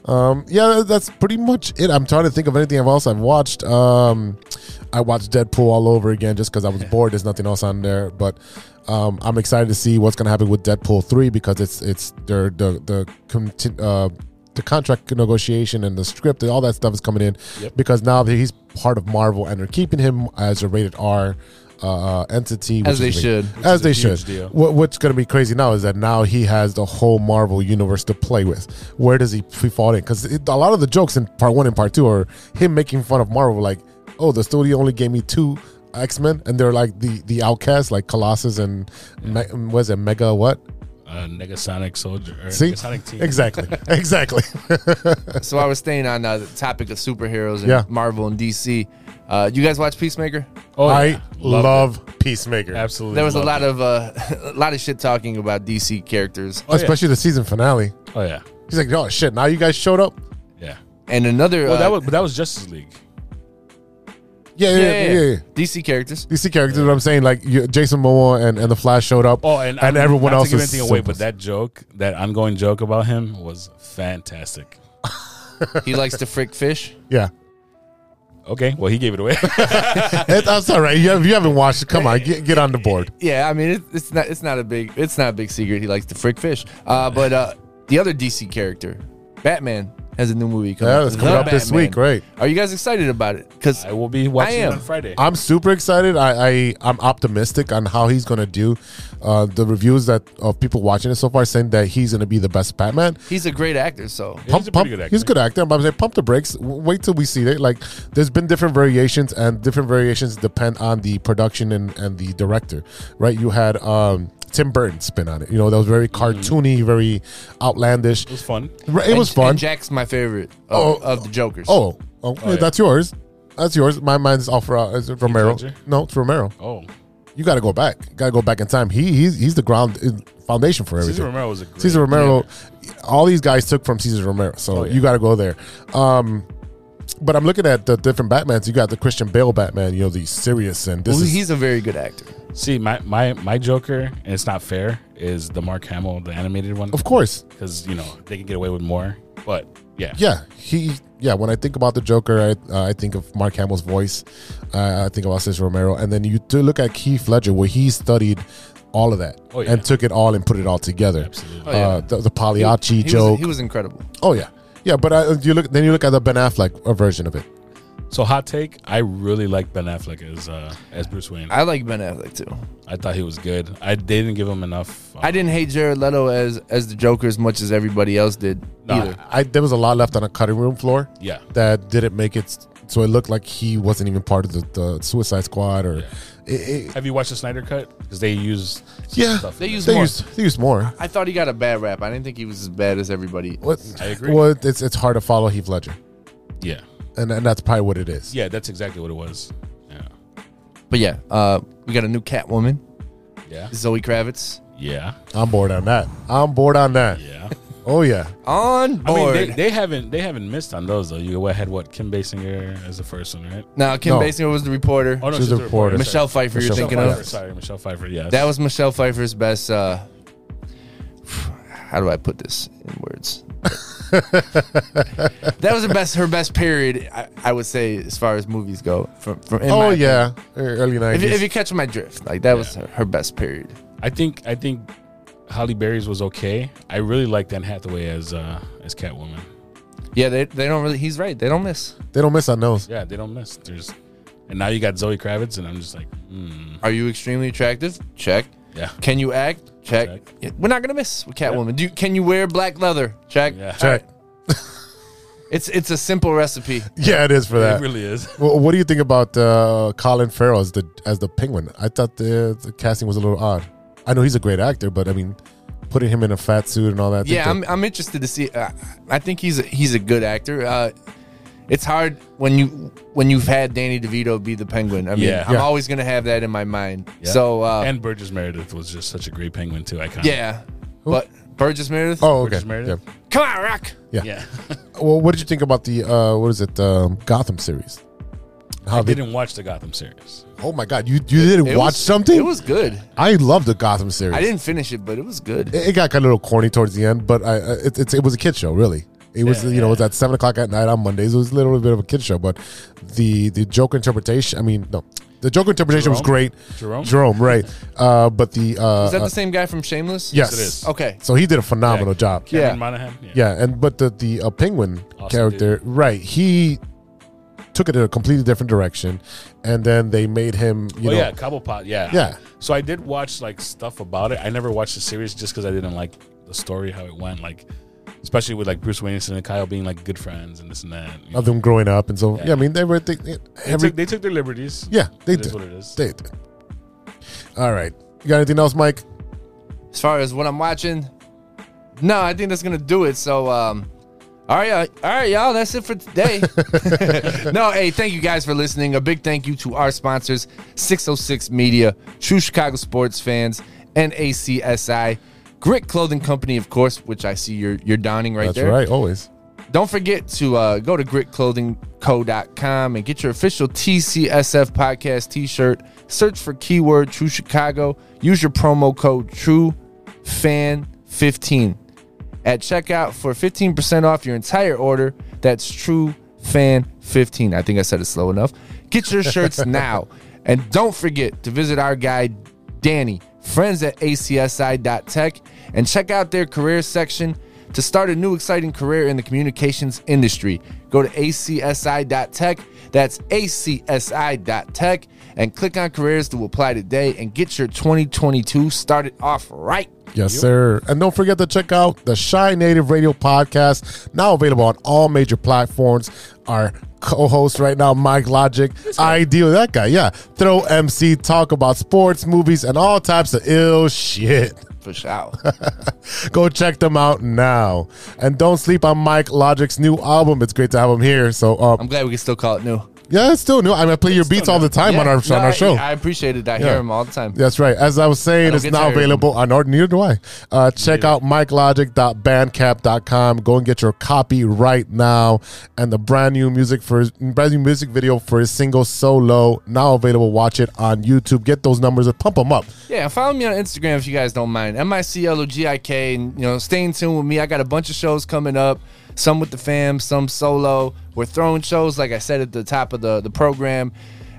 Speaker 4: Um, yeah, that's pretty much it. I'm trying to think of anything else I've watched. Um, I watched Deadpool all over again just because I was bored. There's nothing else on there, but um, I'm excited to see what's going to happen with Deadpool three because it's it's their the the conti- uh, the contract negotiation and the script and all that stuff is coming in because now that he's part of Marvel and they're keeping him as a rated R. Uh, entity
Speaker 5: As
Speaker 4: which is
Speaker 5: they
Speaker 4: a-
Speaker 5: should.
Speaker 4: as
Speaker 6: is a
Speaker 4: they
Speaker 6: huge
Speaker 4: should.
Speaker 6: deal.
Speaker 4: What, what's going to be crazy now is that now he has the whole Marvel universe to play with. Where does he f- fall in? Because a lot of the jokes in part one and part two are him making fun of Marvel, like, "Oh, the studio only gave me two X Men, and they're like the the outcasts, like Colossus and Me- was it Mega what?
Speaker 6: uh, Negasonic Soldier. Or
Speaker 4: See,
Speaker 6: Negasonic Team.
Speaker 4: exactly, exactly.
Speaker 5: So I was staying on uh, the topic of superheroes and
Speaker 4: Yeah.
Speaker 5: Marvel and DC. Uh, you guys watch Peacemaker?
Speaker 6: Oh,
Speaker 4: I
Speaker 6: yeah.
Speaker 4: love,
Speaker 6: Loved it.
Speaker 4: Peacemaker,
Speaker 6: Absolutely.
Speaker 5: There was a lot
Speaker 6: loved it.
Speaker 5: of uh, a lot of shit talking about DC characters.
Speaker 6: oh, yeah.
Speaker 4: especially the season finale.
Speaker 6: Oh yeah,
Speaker 4: He's like, "Oh shit, now you guys showed up."
Speaker 6: yeah.
Speaker 5: And another
Speaker 6: Well,
Speaker 5: uh,
Speaker 6: Oh, that was but that was Justice League.
Speaker 4: Yeah, yeah,
Speaker 5: yeah,
Speaker 4: yeah. yeah, yeah.
Speaker 5: DC characters.
Speaker 4: DC characters, what I'm saying, like you, Jason Momoa and, and the Flash showed up.
Speaker 6: Oh, and, I'm-
Speaker 4: everyone
Speaker 6: not
Speaker 4: else
Speaker 6: to give
Speaker 4: is
Speaker 6: anything away, but
Speaker 4: surplus.
Speaker 6: that joke, that ongoing joke about him, was fantastic.
Speaker 5: He likes to frick fish.
Speaker 4: yeah.
Speaker 6: Okay, well, he gave it away.
Speaker 4: It- That's all right. You, have, you haven't watched it. Come on, get, get on the board.
Speaker 5: Yeah, I mean it, it's not it's not a big it's not a big secret. He likes to frick fish. Uh, but uh, the other DC character, Batman, has a new movie coming.
Speaker 4: Yeah, it's coming
Speaker 5: The
Speaker 4: up this
Speaker 5: Batman.
Speaker 4: week, right.
Speaker 5: Are you guys excited about it? Because
Speaker 6: I will be watching
Speaker 5: I
Speaker 6: it
Speaker 5: am.
Speaker 6: on Friday.
Speaker 4: I'm super excited. I, I I'm optimistic on how he's gonna do. Uh, the reviews that of people watching it so far saying that he's gonna be the best Batman.
Speaker 5: he's a great actor, so
Speaker 6: Yeah,
Speaker 4: Pump,
Speaker 6: he's a pretty
Speaker 4: pump,
Speaker 6: good actor.
Speaker 4: he's a good actor. But I'm saying pump the brakes. W- Wait till we see it. Like there's been different variations, and different variations depend on the production and, and the director. Right? You had um, Tim Burton spin on it. You know that was very
Speaker 6: Mm-hmm.
Speaker 4: cartoony, very outlandish.
Speaker 6: It was fun.
Speaker 4: Right, It was
Speaker 5: And-
Speaker 4: fun.
Speaker 5: And Jack's my favorite of,
Speaker 4: Oh.
Speaker 5: of the Jokers.
Speaker 4: Oh, oh, yeah,
Speaker 6: yeah.
Speaker 4: that's yours. That's yours. My mine's off uh, is it Romero.
Speaker 6: Ledger?
Speaker 4: No, it's Romero.
Speaker 6: Oh,
Speaker 4: You got to go back. Got to go back in time. He he's he's the ground uh, foundation for everything.
Speaker 6: Cesar Romero was a great.
Speaker 4: Cesar Romero. All these guys took from Cesar Romero,
Speaker 5: Oh,
Speaker 4: so you got to go there. Um, but I'm looking at the different Batmans. You got the Christian Bale Batman. You know the serious and this
Speaker 5: Well,
Speaker 4: is
Speaker 5: he's a very good actor.
Speaker 6: See, my my my Joker, and it's not fair, is the Mark Hamill, the animated one,
Speaker 4: of course.
Speaker 6: because you know they can get away with more. But yeah,
Speaker 4: Yeah, he. Yeah, when I think about the Joker, I, uh, I think of Mark Hamill's voice. Uh, I think about Cesar Romero, and then you do look at Keith Ledger, where he studied all of that
Speaker 6: Oh, yeah.
Speaker 4: and took it all and put it all together.
Speaker 6: Absolutely.
Speaker 5: Oh, yeah.
Speaker 4: uh, the, the Pagliacci
Speaker 5: He
Speaker 4: joke.
Speaker 5: was, he was incredible.
Speaker 4: oh yeah, yeah. But uh, you look then you look at the Ben Affleck uh, version of it.
Speaker 6: So hot take, I really like Ben Affleck as uh, as Bruce Wayne. I,
Speaker 5: I like Ben Affleck too.
Speaker 6: thought he was good. I they didn't give him enough. uh,
Speaker 5: I didn't hate Jared Leto as as the Joker as much as everybody else did
Speaker 6: Nah.
Speaker 5: either.
Speaker 4: I there was a lot left on a cutting room floor.
Speaker 6: Yeah.
Speaker 4: that didn't make it. s- So it looked like he wasn't even part of the, the Suicide Squad, or it, it,
Speaker 6: Have you watched the Snyder cut? Because they use
Speaker 4: yeah,
Speaker 6: Stuff
Speaker 5: They
Speaker 6: in
Speaker 5: used
Speaker 4: they
Speaker 5: more.
Speaker 4: used they used more.
Speaker 5: I thought he got a bad rap. I didn't think he was as bad as everybody.
Speaker 4: What?
Speaker 6: I agree.
Speaker 4: Well, it's it's hard to follow Heath Ledger,
Speaker 6: yeah,
Speaker 4: and and that's probably what it is.
Speaker 6: yeah. That's exactly what it was. Yeah,
Speaker 5: But yeah, uh, we got a new Catwoman,
Speaker 6: yeah,
Speaker 5: Zoe Kravitz,
Speaker 6: yeah,
Speaker 4: I'm bored on that. I'm bored on that.
Speaker 6: yeah.
Speaker 4: Oh yeah,
Speaker 5: on
Speaker 6: I mean,
Speaker 5: board.
Speaker 6: they, they haven't they haven't missed on those though. You had what Kim Basinger as the first one, right?
Speaker 5: now Kim
Speaker 4: No.
Speaker 5: Basinger was the reporter.
Speaker 6: Oh
Speaker 4: She's a
Speaker 6: the
Speaker 4: reporter.
Speaker 6: sorry.
Speaker 5: Michelle Pfeiffer,
Speaker 4: Michelle
Speaker 5: you're thinking
Speaker 6: Michelle Pfeiffer,
Speaker 5: of.
Speaker 6: sorry, Michelle Pfeiffer. Yeah,
Speaker 5: That was Michelle Pfeiffer's best. Uh, how do I put this in words? that was her best her best period, I, I would say, as far as movies go. From, from in
Speaker 4: oh
Speaker 5: my opinion.
Speaker 4: yeah, early
Speaker 5: if, you-
Speaker 4: nineties.
Speaker 5: if you catch my drift, like that was her, her best period.
Speaker 6: I think I think Holly Berry's was okay. I really liked Anne Hathaway as uh, as Catwoman.
Speaker 5: Yeah, they, they don't really. He's right. They don't miss.
Speaker 6: Mm-hmm.
Speaker 4: they don't miss on those.
Speaker 6: Yeah, they don't miss. There's and now you got Zoe Kravitz, and I'm just like, mm,
Speaker 5: Are you extremely attractive? Check.
Speaker 6: yeah,
Speaker 5: Can you act? Check.
Speaker 6: Check.
Speaker 5: Yeah, We're not gonna miss with Catwoman. Do you, can you wear black leather? Check.
Speaker 6: yeah.
Speaker 4: Check.
Speaker 5: It's it's a simple recipe.
Speaker 4: Yeah, it is for
Speaker 6: It
Speaker 5: uh,
Speaker 4: that.
Speaker 6: really is.
Speaker 4: Well, what do you think about uh, Colin Farrell as the as the Penguin? I thought the, the casting was a little odd. I know he's a great actor, but I mean, putting him in a fat suit and all that. I think
Speaker 5: Yeah,
Speaker 4: that-
Speaker 5: I'm, I'm interested to see. Uh, I think he's a, he's a good actor. Uh, it's hard when you when you've had Danny DeVito be the Penguin. I mean,
Speaker 6: Yeah.
Speaker 5: I'm
Speaker 6: Yeah.
Speaker 5: always gonna have that in my mind.
Speaker 6: Yeah.
Speaker 5: So uh,
Speaker 6: and Burgess Meredith was just such a great penguin too. I kind
Speaker 5: yeah, but Burgess Meredith.
Speaker 4: oh, okay.
Speaker 6: Burgess Meredith?
Speaker 4: Yeah.
Speaker 5: come on, Rock.
Speaker 6: yeah.
Speaker 4: Well, what did you think about the uh, what is it um, Gotham series? How
Speaker 6: I
Speaker 4: they,
Speaker 6: didn't watch the Gotham series.
Speaker 4: oh my God, you you didn't
Speaker 5: It
Speaker 4: watch
Speaker 5: was-
Speaker 4: something?
Speaker 5: It was good.
Speaker 4: I love the Gotham series.
Speaker 5: I didn't finish it, but it was good.
Speaker 4: It, it got kind of a little corny towards the end, but I I- it, it's it was a kid show really. It was
Speaker 6: Yeah,
Speaker 4: you know it was
Speaker 6: yeah.
Speaker 4: at seven o'clock at night on Mondays. It was a little bit of a kid show, but the the joke interpretation. I mean, no, the joke interpretation was
Speaker 6: Jerome?
Speaker 4: great.
Speaker 6: Jerome?
Speaker 4: Jerome, right? Uh, but the uh,
Speaker 5: Is that
Speaker 4: uh,
Speaker 5: the same guy from Shameless?
Speaker 4: yes,
Speaker 6: it is.
Speaker 5: Okay.
Speaker 4: So he did a phenomenal job.
Speaker 5: Yeah.
Speaker 6: Cameron Monaghan.
Speaker 4: Yeah, and but the the uh, penguin
Speaker 6: Austin
Speaker 4: character, right? He took it in a completely different direction, and then they made him. You
Speaker 6: oh
Speaker 4: know,
Speaker 6: yeah, Cobblepot. Yeah,
Speaker 4: Yeah.
Speaker 6: So I did watch like stuff about it. I never watched the series just because I didn't like the story how it went. Like, especially with like Bruce Wayne and Kyle being like good friends and this and that. you know.
Speaker 4: of them growing up, and so yeah,
Speaker 6: Yeah.
Speaker 4: I mean they were they,
Speaker 6: They,
Speaker 4: every,
Speaker 6: took, they took their liberties.
Speaker 4: yeah they
Speaker 6: It is
Speaker 4: did
Speaker 6: what it is.
Speaker 4: they did. All right, you got anything else, Mike?
Speaker 5: As far as what I'm watching, no, I think that's gonna do it. So, um, all right, y'all- all right, y'all. That's it for today. no, hey, thank you guys for listening. A big thank you to our sponsors, 606 Media, True Chicago Sports Fans, and ACSI. Grit Clothing Company, of course, which I see you're you're donning right
Speaker 4: That's
Speaker 5: there.
Speaker 4: right, always.
Speaker 5: Don't forget to uh, go to gritclothingco.com and get your official TCSF podcast t shirt. Search for keyword True Chicago. Use your promo code TrueFan15 at checkout for 15% off your entire order. That's TrueFan15. I think I said it slow enough. Get your shirts now. And don't forget to visit our guy, Danny, friends at acsi.tech, and check out their career section to start a new exciting career in the communications industry. Go to acsi.tech. That's acsi.tech and click on careers to apply today and get your 2022 started off right.
Speaker 4: Yes, sir. And don't forget to check out the Shy Native Radio podcast, now available on all major platforms. Our co host right now, Mike Logic, ideal, that guy, yeah. Throw MC, talk about sports, movies, and all types of ill shit.
Speaker 5: For sure.
Speaker 4: Go check them out now. And don't sleep on Mike Logic's new album. It's great to have him here. So,
Speaker 5: I'm
Speaker 4: um,
Speaker 5: glad we can still call it new.
Speaker 4: yeah, it's still new. I, mean, I play your beats all the time on, our,
Speaker 5: Yeah.
Speaker 4: on
Speaker 5: No, I-
Speaker 4: our show.
Speaker 5: I appreciate it. I
Speaker 4: Yeah.
Speaker 5: hear him all the time.
Speaker 4: That's right. As I was saying,
Speaker 5: don't
Speaker 4: it's
Speaker 5: get
Speaker 4: now
Speaker 5: tired of
Speaker 4: available on or neither do I. Uh, check out mikelogic.bandcamp.com. Go and get your copy right now. And the brand new music for his brand new music video for his single solo now available. Watch it on YouTube. Get those numbers and pump them up.
Speaker 5: Yeah, follow me on Instagram if you guys don't mind. M I C L O G I K, and you know, stay in tune with me. I got a bunch of shows coming up. Some with the fam, some solo. We're throwing shows, like I said at the top of the the program,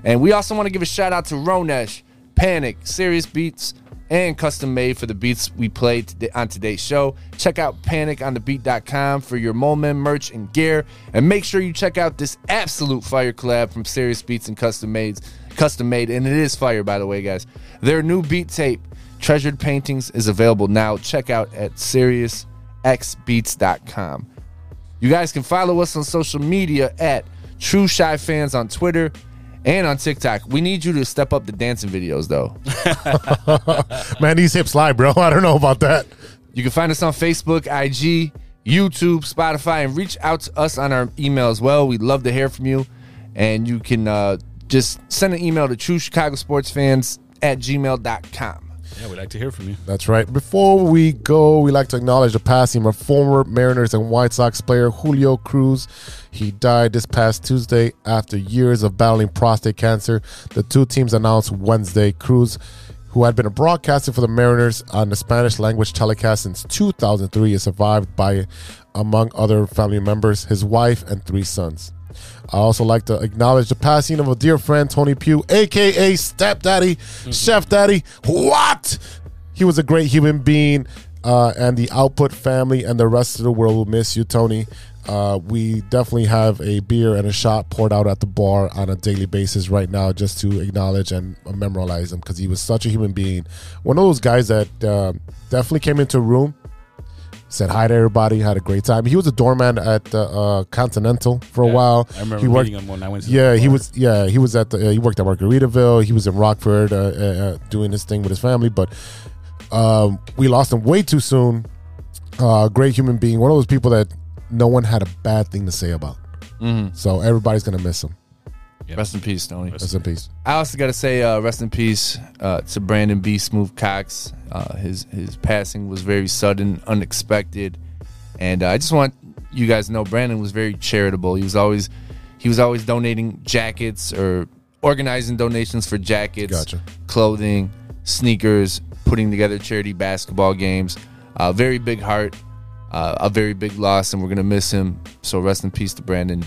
Speaker 5: and we also want to give a shout out to Ronesh, Panic, Serious Beats, and Custom Made for the beats we played today on today's show. Check out PanicOnTheBeat.com for your Moment merch and gear, and make sure you check out this absolute fire collab from Serious Beats and Custom Mades custom made, and it is fire, by the way, guys. Their new beat tape, Treasured Paintings, is available now. Check out at SeriousXBeats.com. You guys can follow us on social media at True Shy Fans on Twitter and on TikTok. We need you to step up the dancing videos, though.
Speaker 4: Man, these hips lie, bro. I don't know about that.
Speaker 5: You can find us on Facebook, IG, YouTube, Spotify, and reach out to us on our email as well. We'd love to hear from you. And you can uh, just send an email to true Chicago sports fans at gmail.com.
Speaker 6: Yeah, we'd like to hear from you.
Speaker 4: That's right. Before we go, we like to acknowledge the passing of former Mariners and White Sox player Julio Cruz. He died this past Tuesday after years of battling prostate cancer. The two teams announced Wednesday. Cruz, who had been a broadcaster for the Mariners on the Spanish language telecast since 2003, is survived by, among other family members, his wife and three sons. I also like to acknowledge the passing of a dear friend, Tony Pugh, aka Stepdaddy, Chef Daddy. What? He was a great human being, uh, and the Output family and the rest of the world will miss you, Tony. Uh, we definitely have a beer and a shot poured out at the bar on a daily basis right now just to acknowledge and memorialize him because he was such a human being. One of those guys that uh, definitely came into a room said hi to everybody, had a great time. He was a doorman at uh, uh, Continental for a while.
Speaker 6: I remember
Speaker 4: he worked,
Speaker 6: meeting him when I went to the
Speaker 4: yeah, he
Speaker 6: bar.
Speaker 4: was yeah he was at the, uh, he worked at Margaritaville. He was in Rockford uh, uh, uh, doing his thing with his family, but um, we lost him way too soon. Uh, great human being, one of those people that no one had a bad thing to say about. So everybody's gonna miss him.
Speaker 5: Rest in peace, Tony.
Speaker 4: Rest in peace.
Speaker 5: I also got to say, uh, rest in peace uh, to Brandon B. Smooth Cox. Uh, his his passing was very sudden, unexpected, and uh, I just want you guys to know Brandon was very charitable. He was always he was always donating jackets or organizing donations for jackets,
Speaker 4: Gotcha.
Speaker 5: clothing, sneakers, putting together charity basketball games. Uh, very big heart, uh, a very big loss, and we're gonna miss him. So rest in peace to Brandon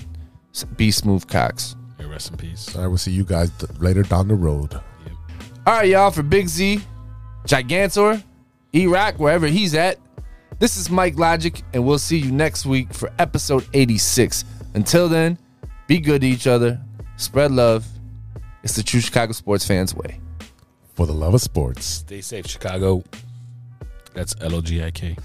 Speaker 5: B. Smooth Cox.
Speaker 6: Hey, rest in peace.
Speaker 4: All right, we'll see you guys th- later down the road.
Speaker 5: All right, y'all, for Big Z, Gigantor, E Rock, wherever he's at, this is Mike Logic, and we'll see you next week for episode 86. Until then, be good to each other, spread love. It's the true Chicago sports fans' way.
Speaker 4: For the love of sports,
Speaker 6: Stay safe, Chicago. That's L O G I K.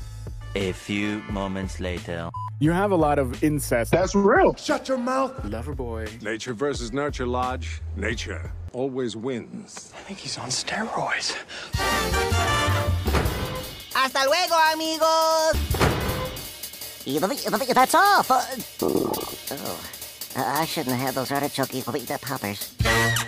Speaker 11: A few moments later.
Speaker 7: You have a lot of incest.
Speaker 10: That's real. Shut your mouth.
Speaker 7: Lover boy.
Speaker 12: Nature versus nurture, Lodge. Nature always wins.
Speaker 8: I think he's on steroids.
Speaker 2: Hasta luego, amigos. That's Uh, all. For- oh, I shouldn't have had those artichoke poppers.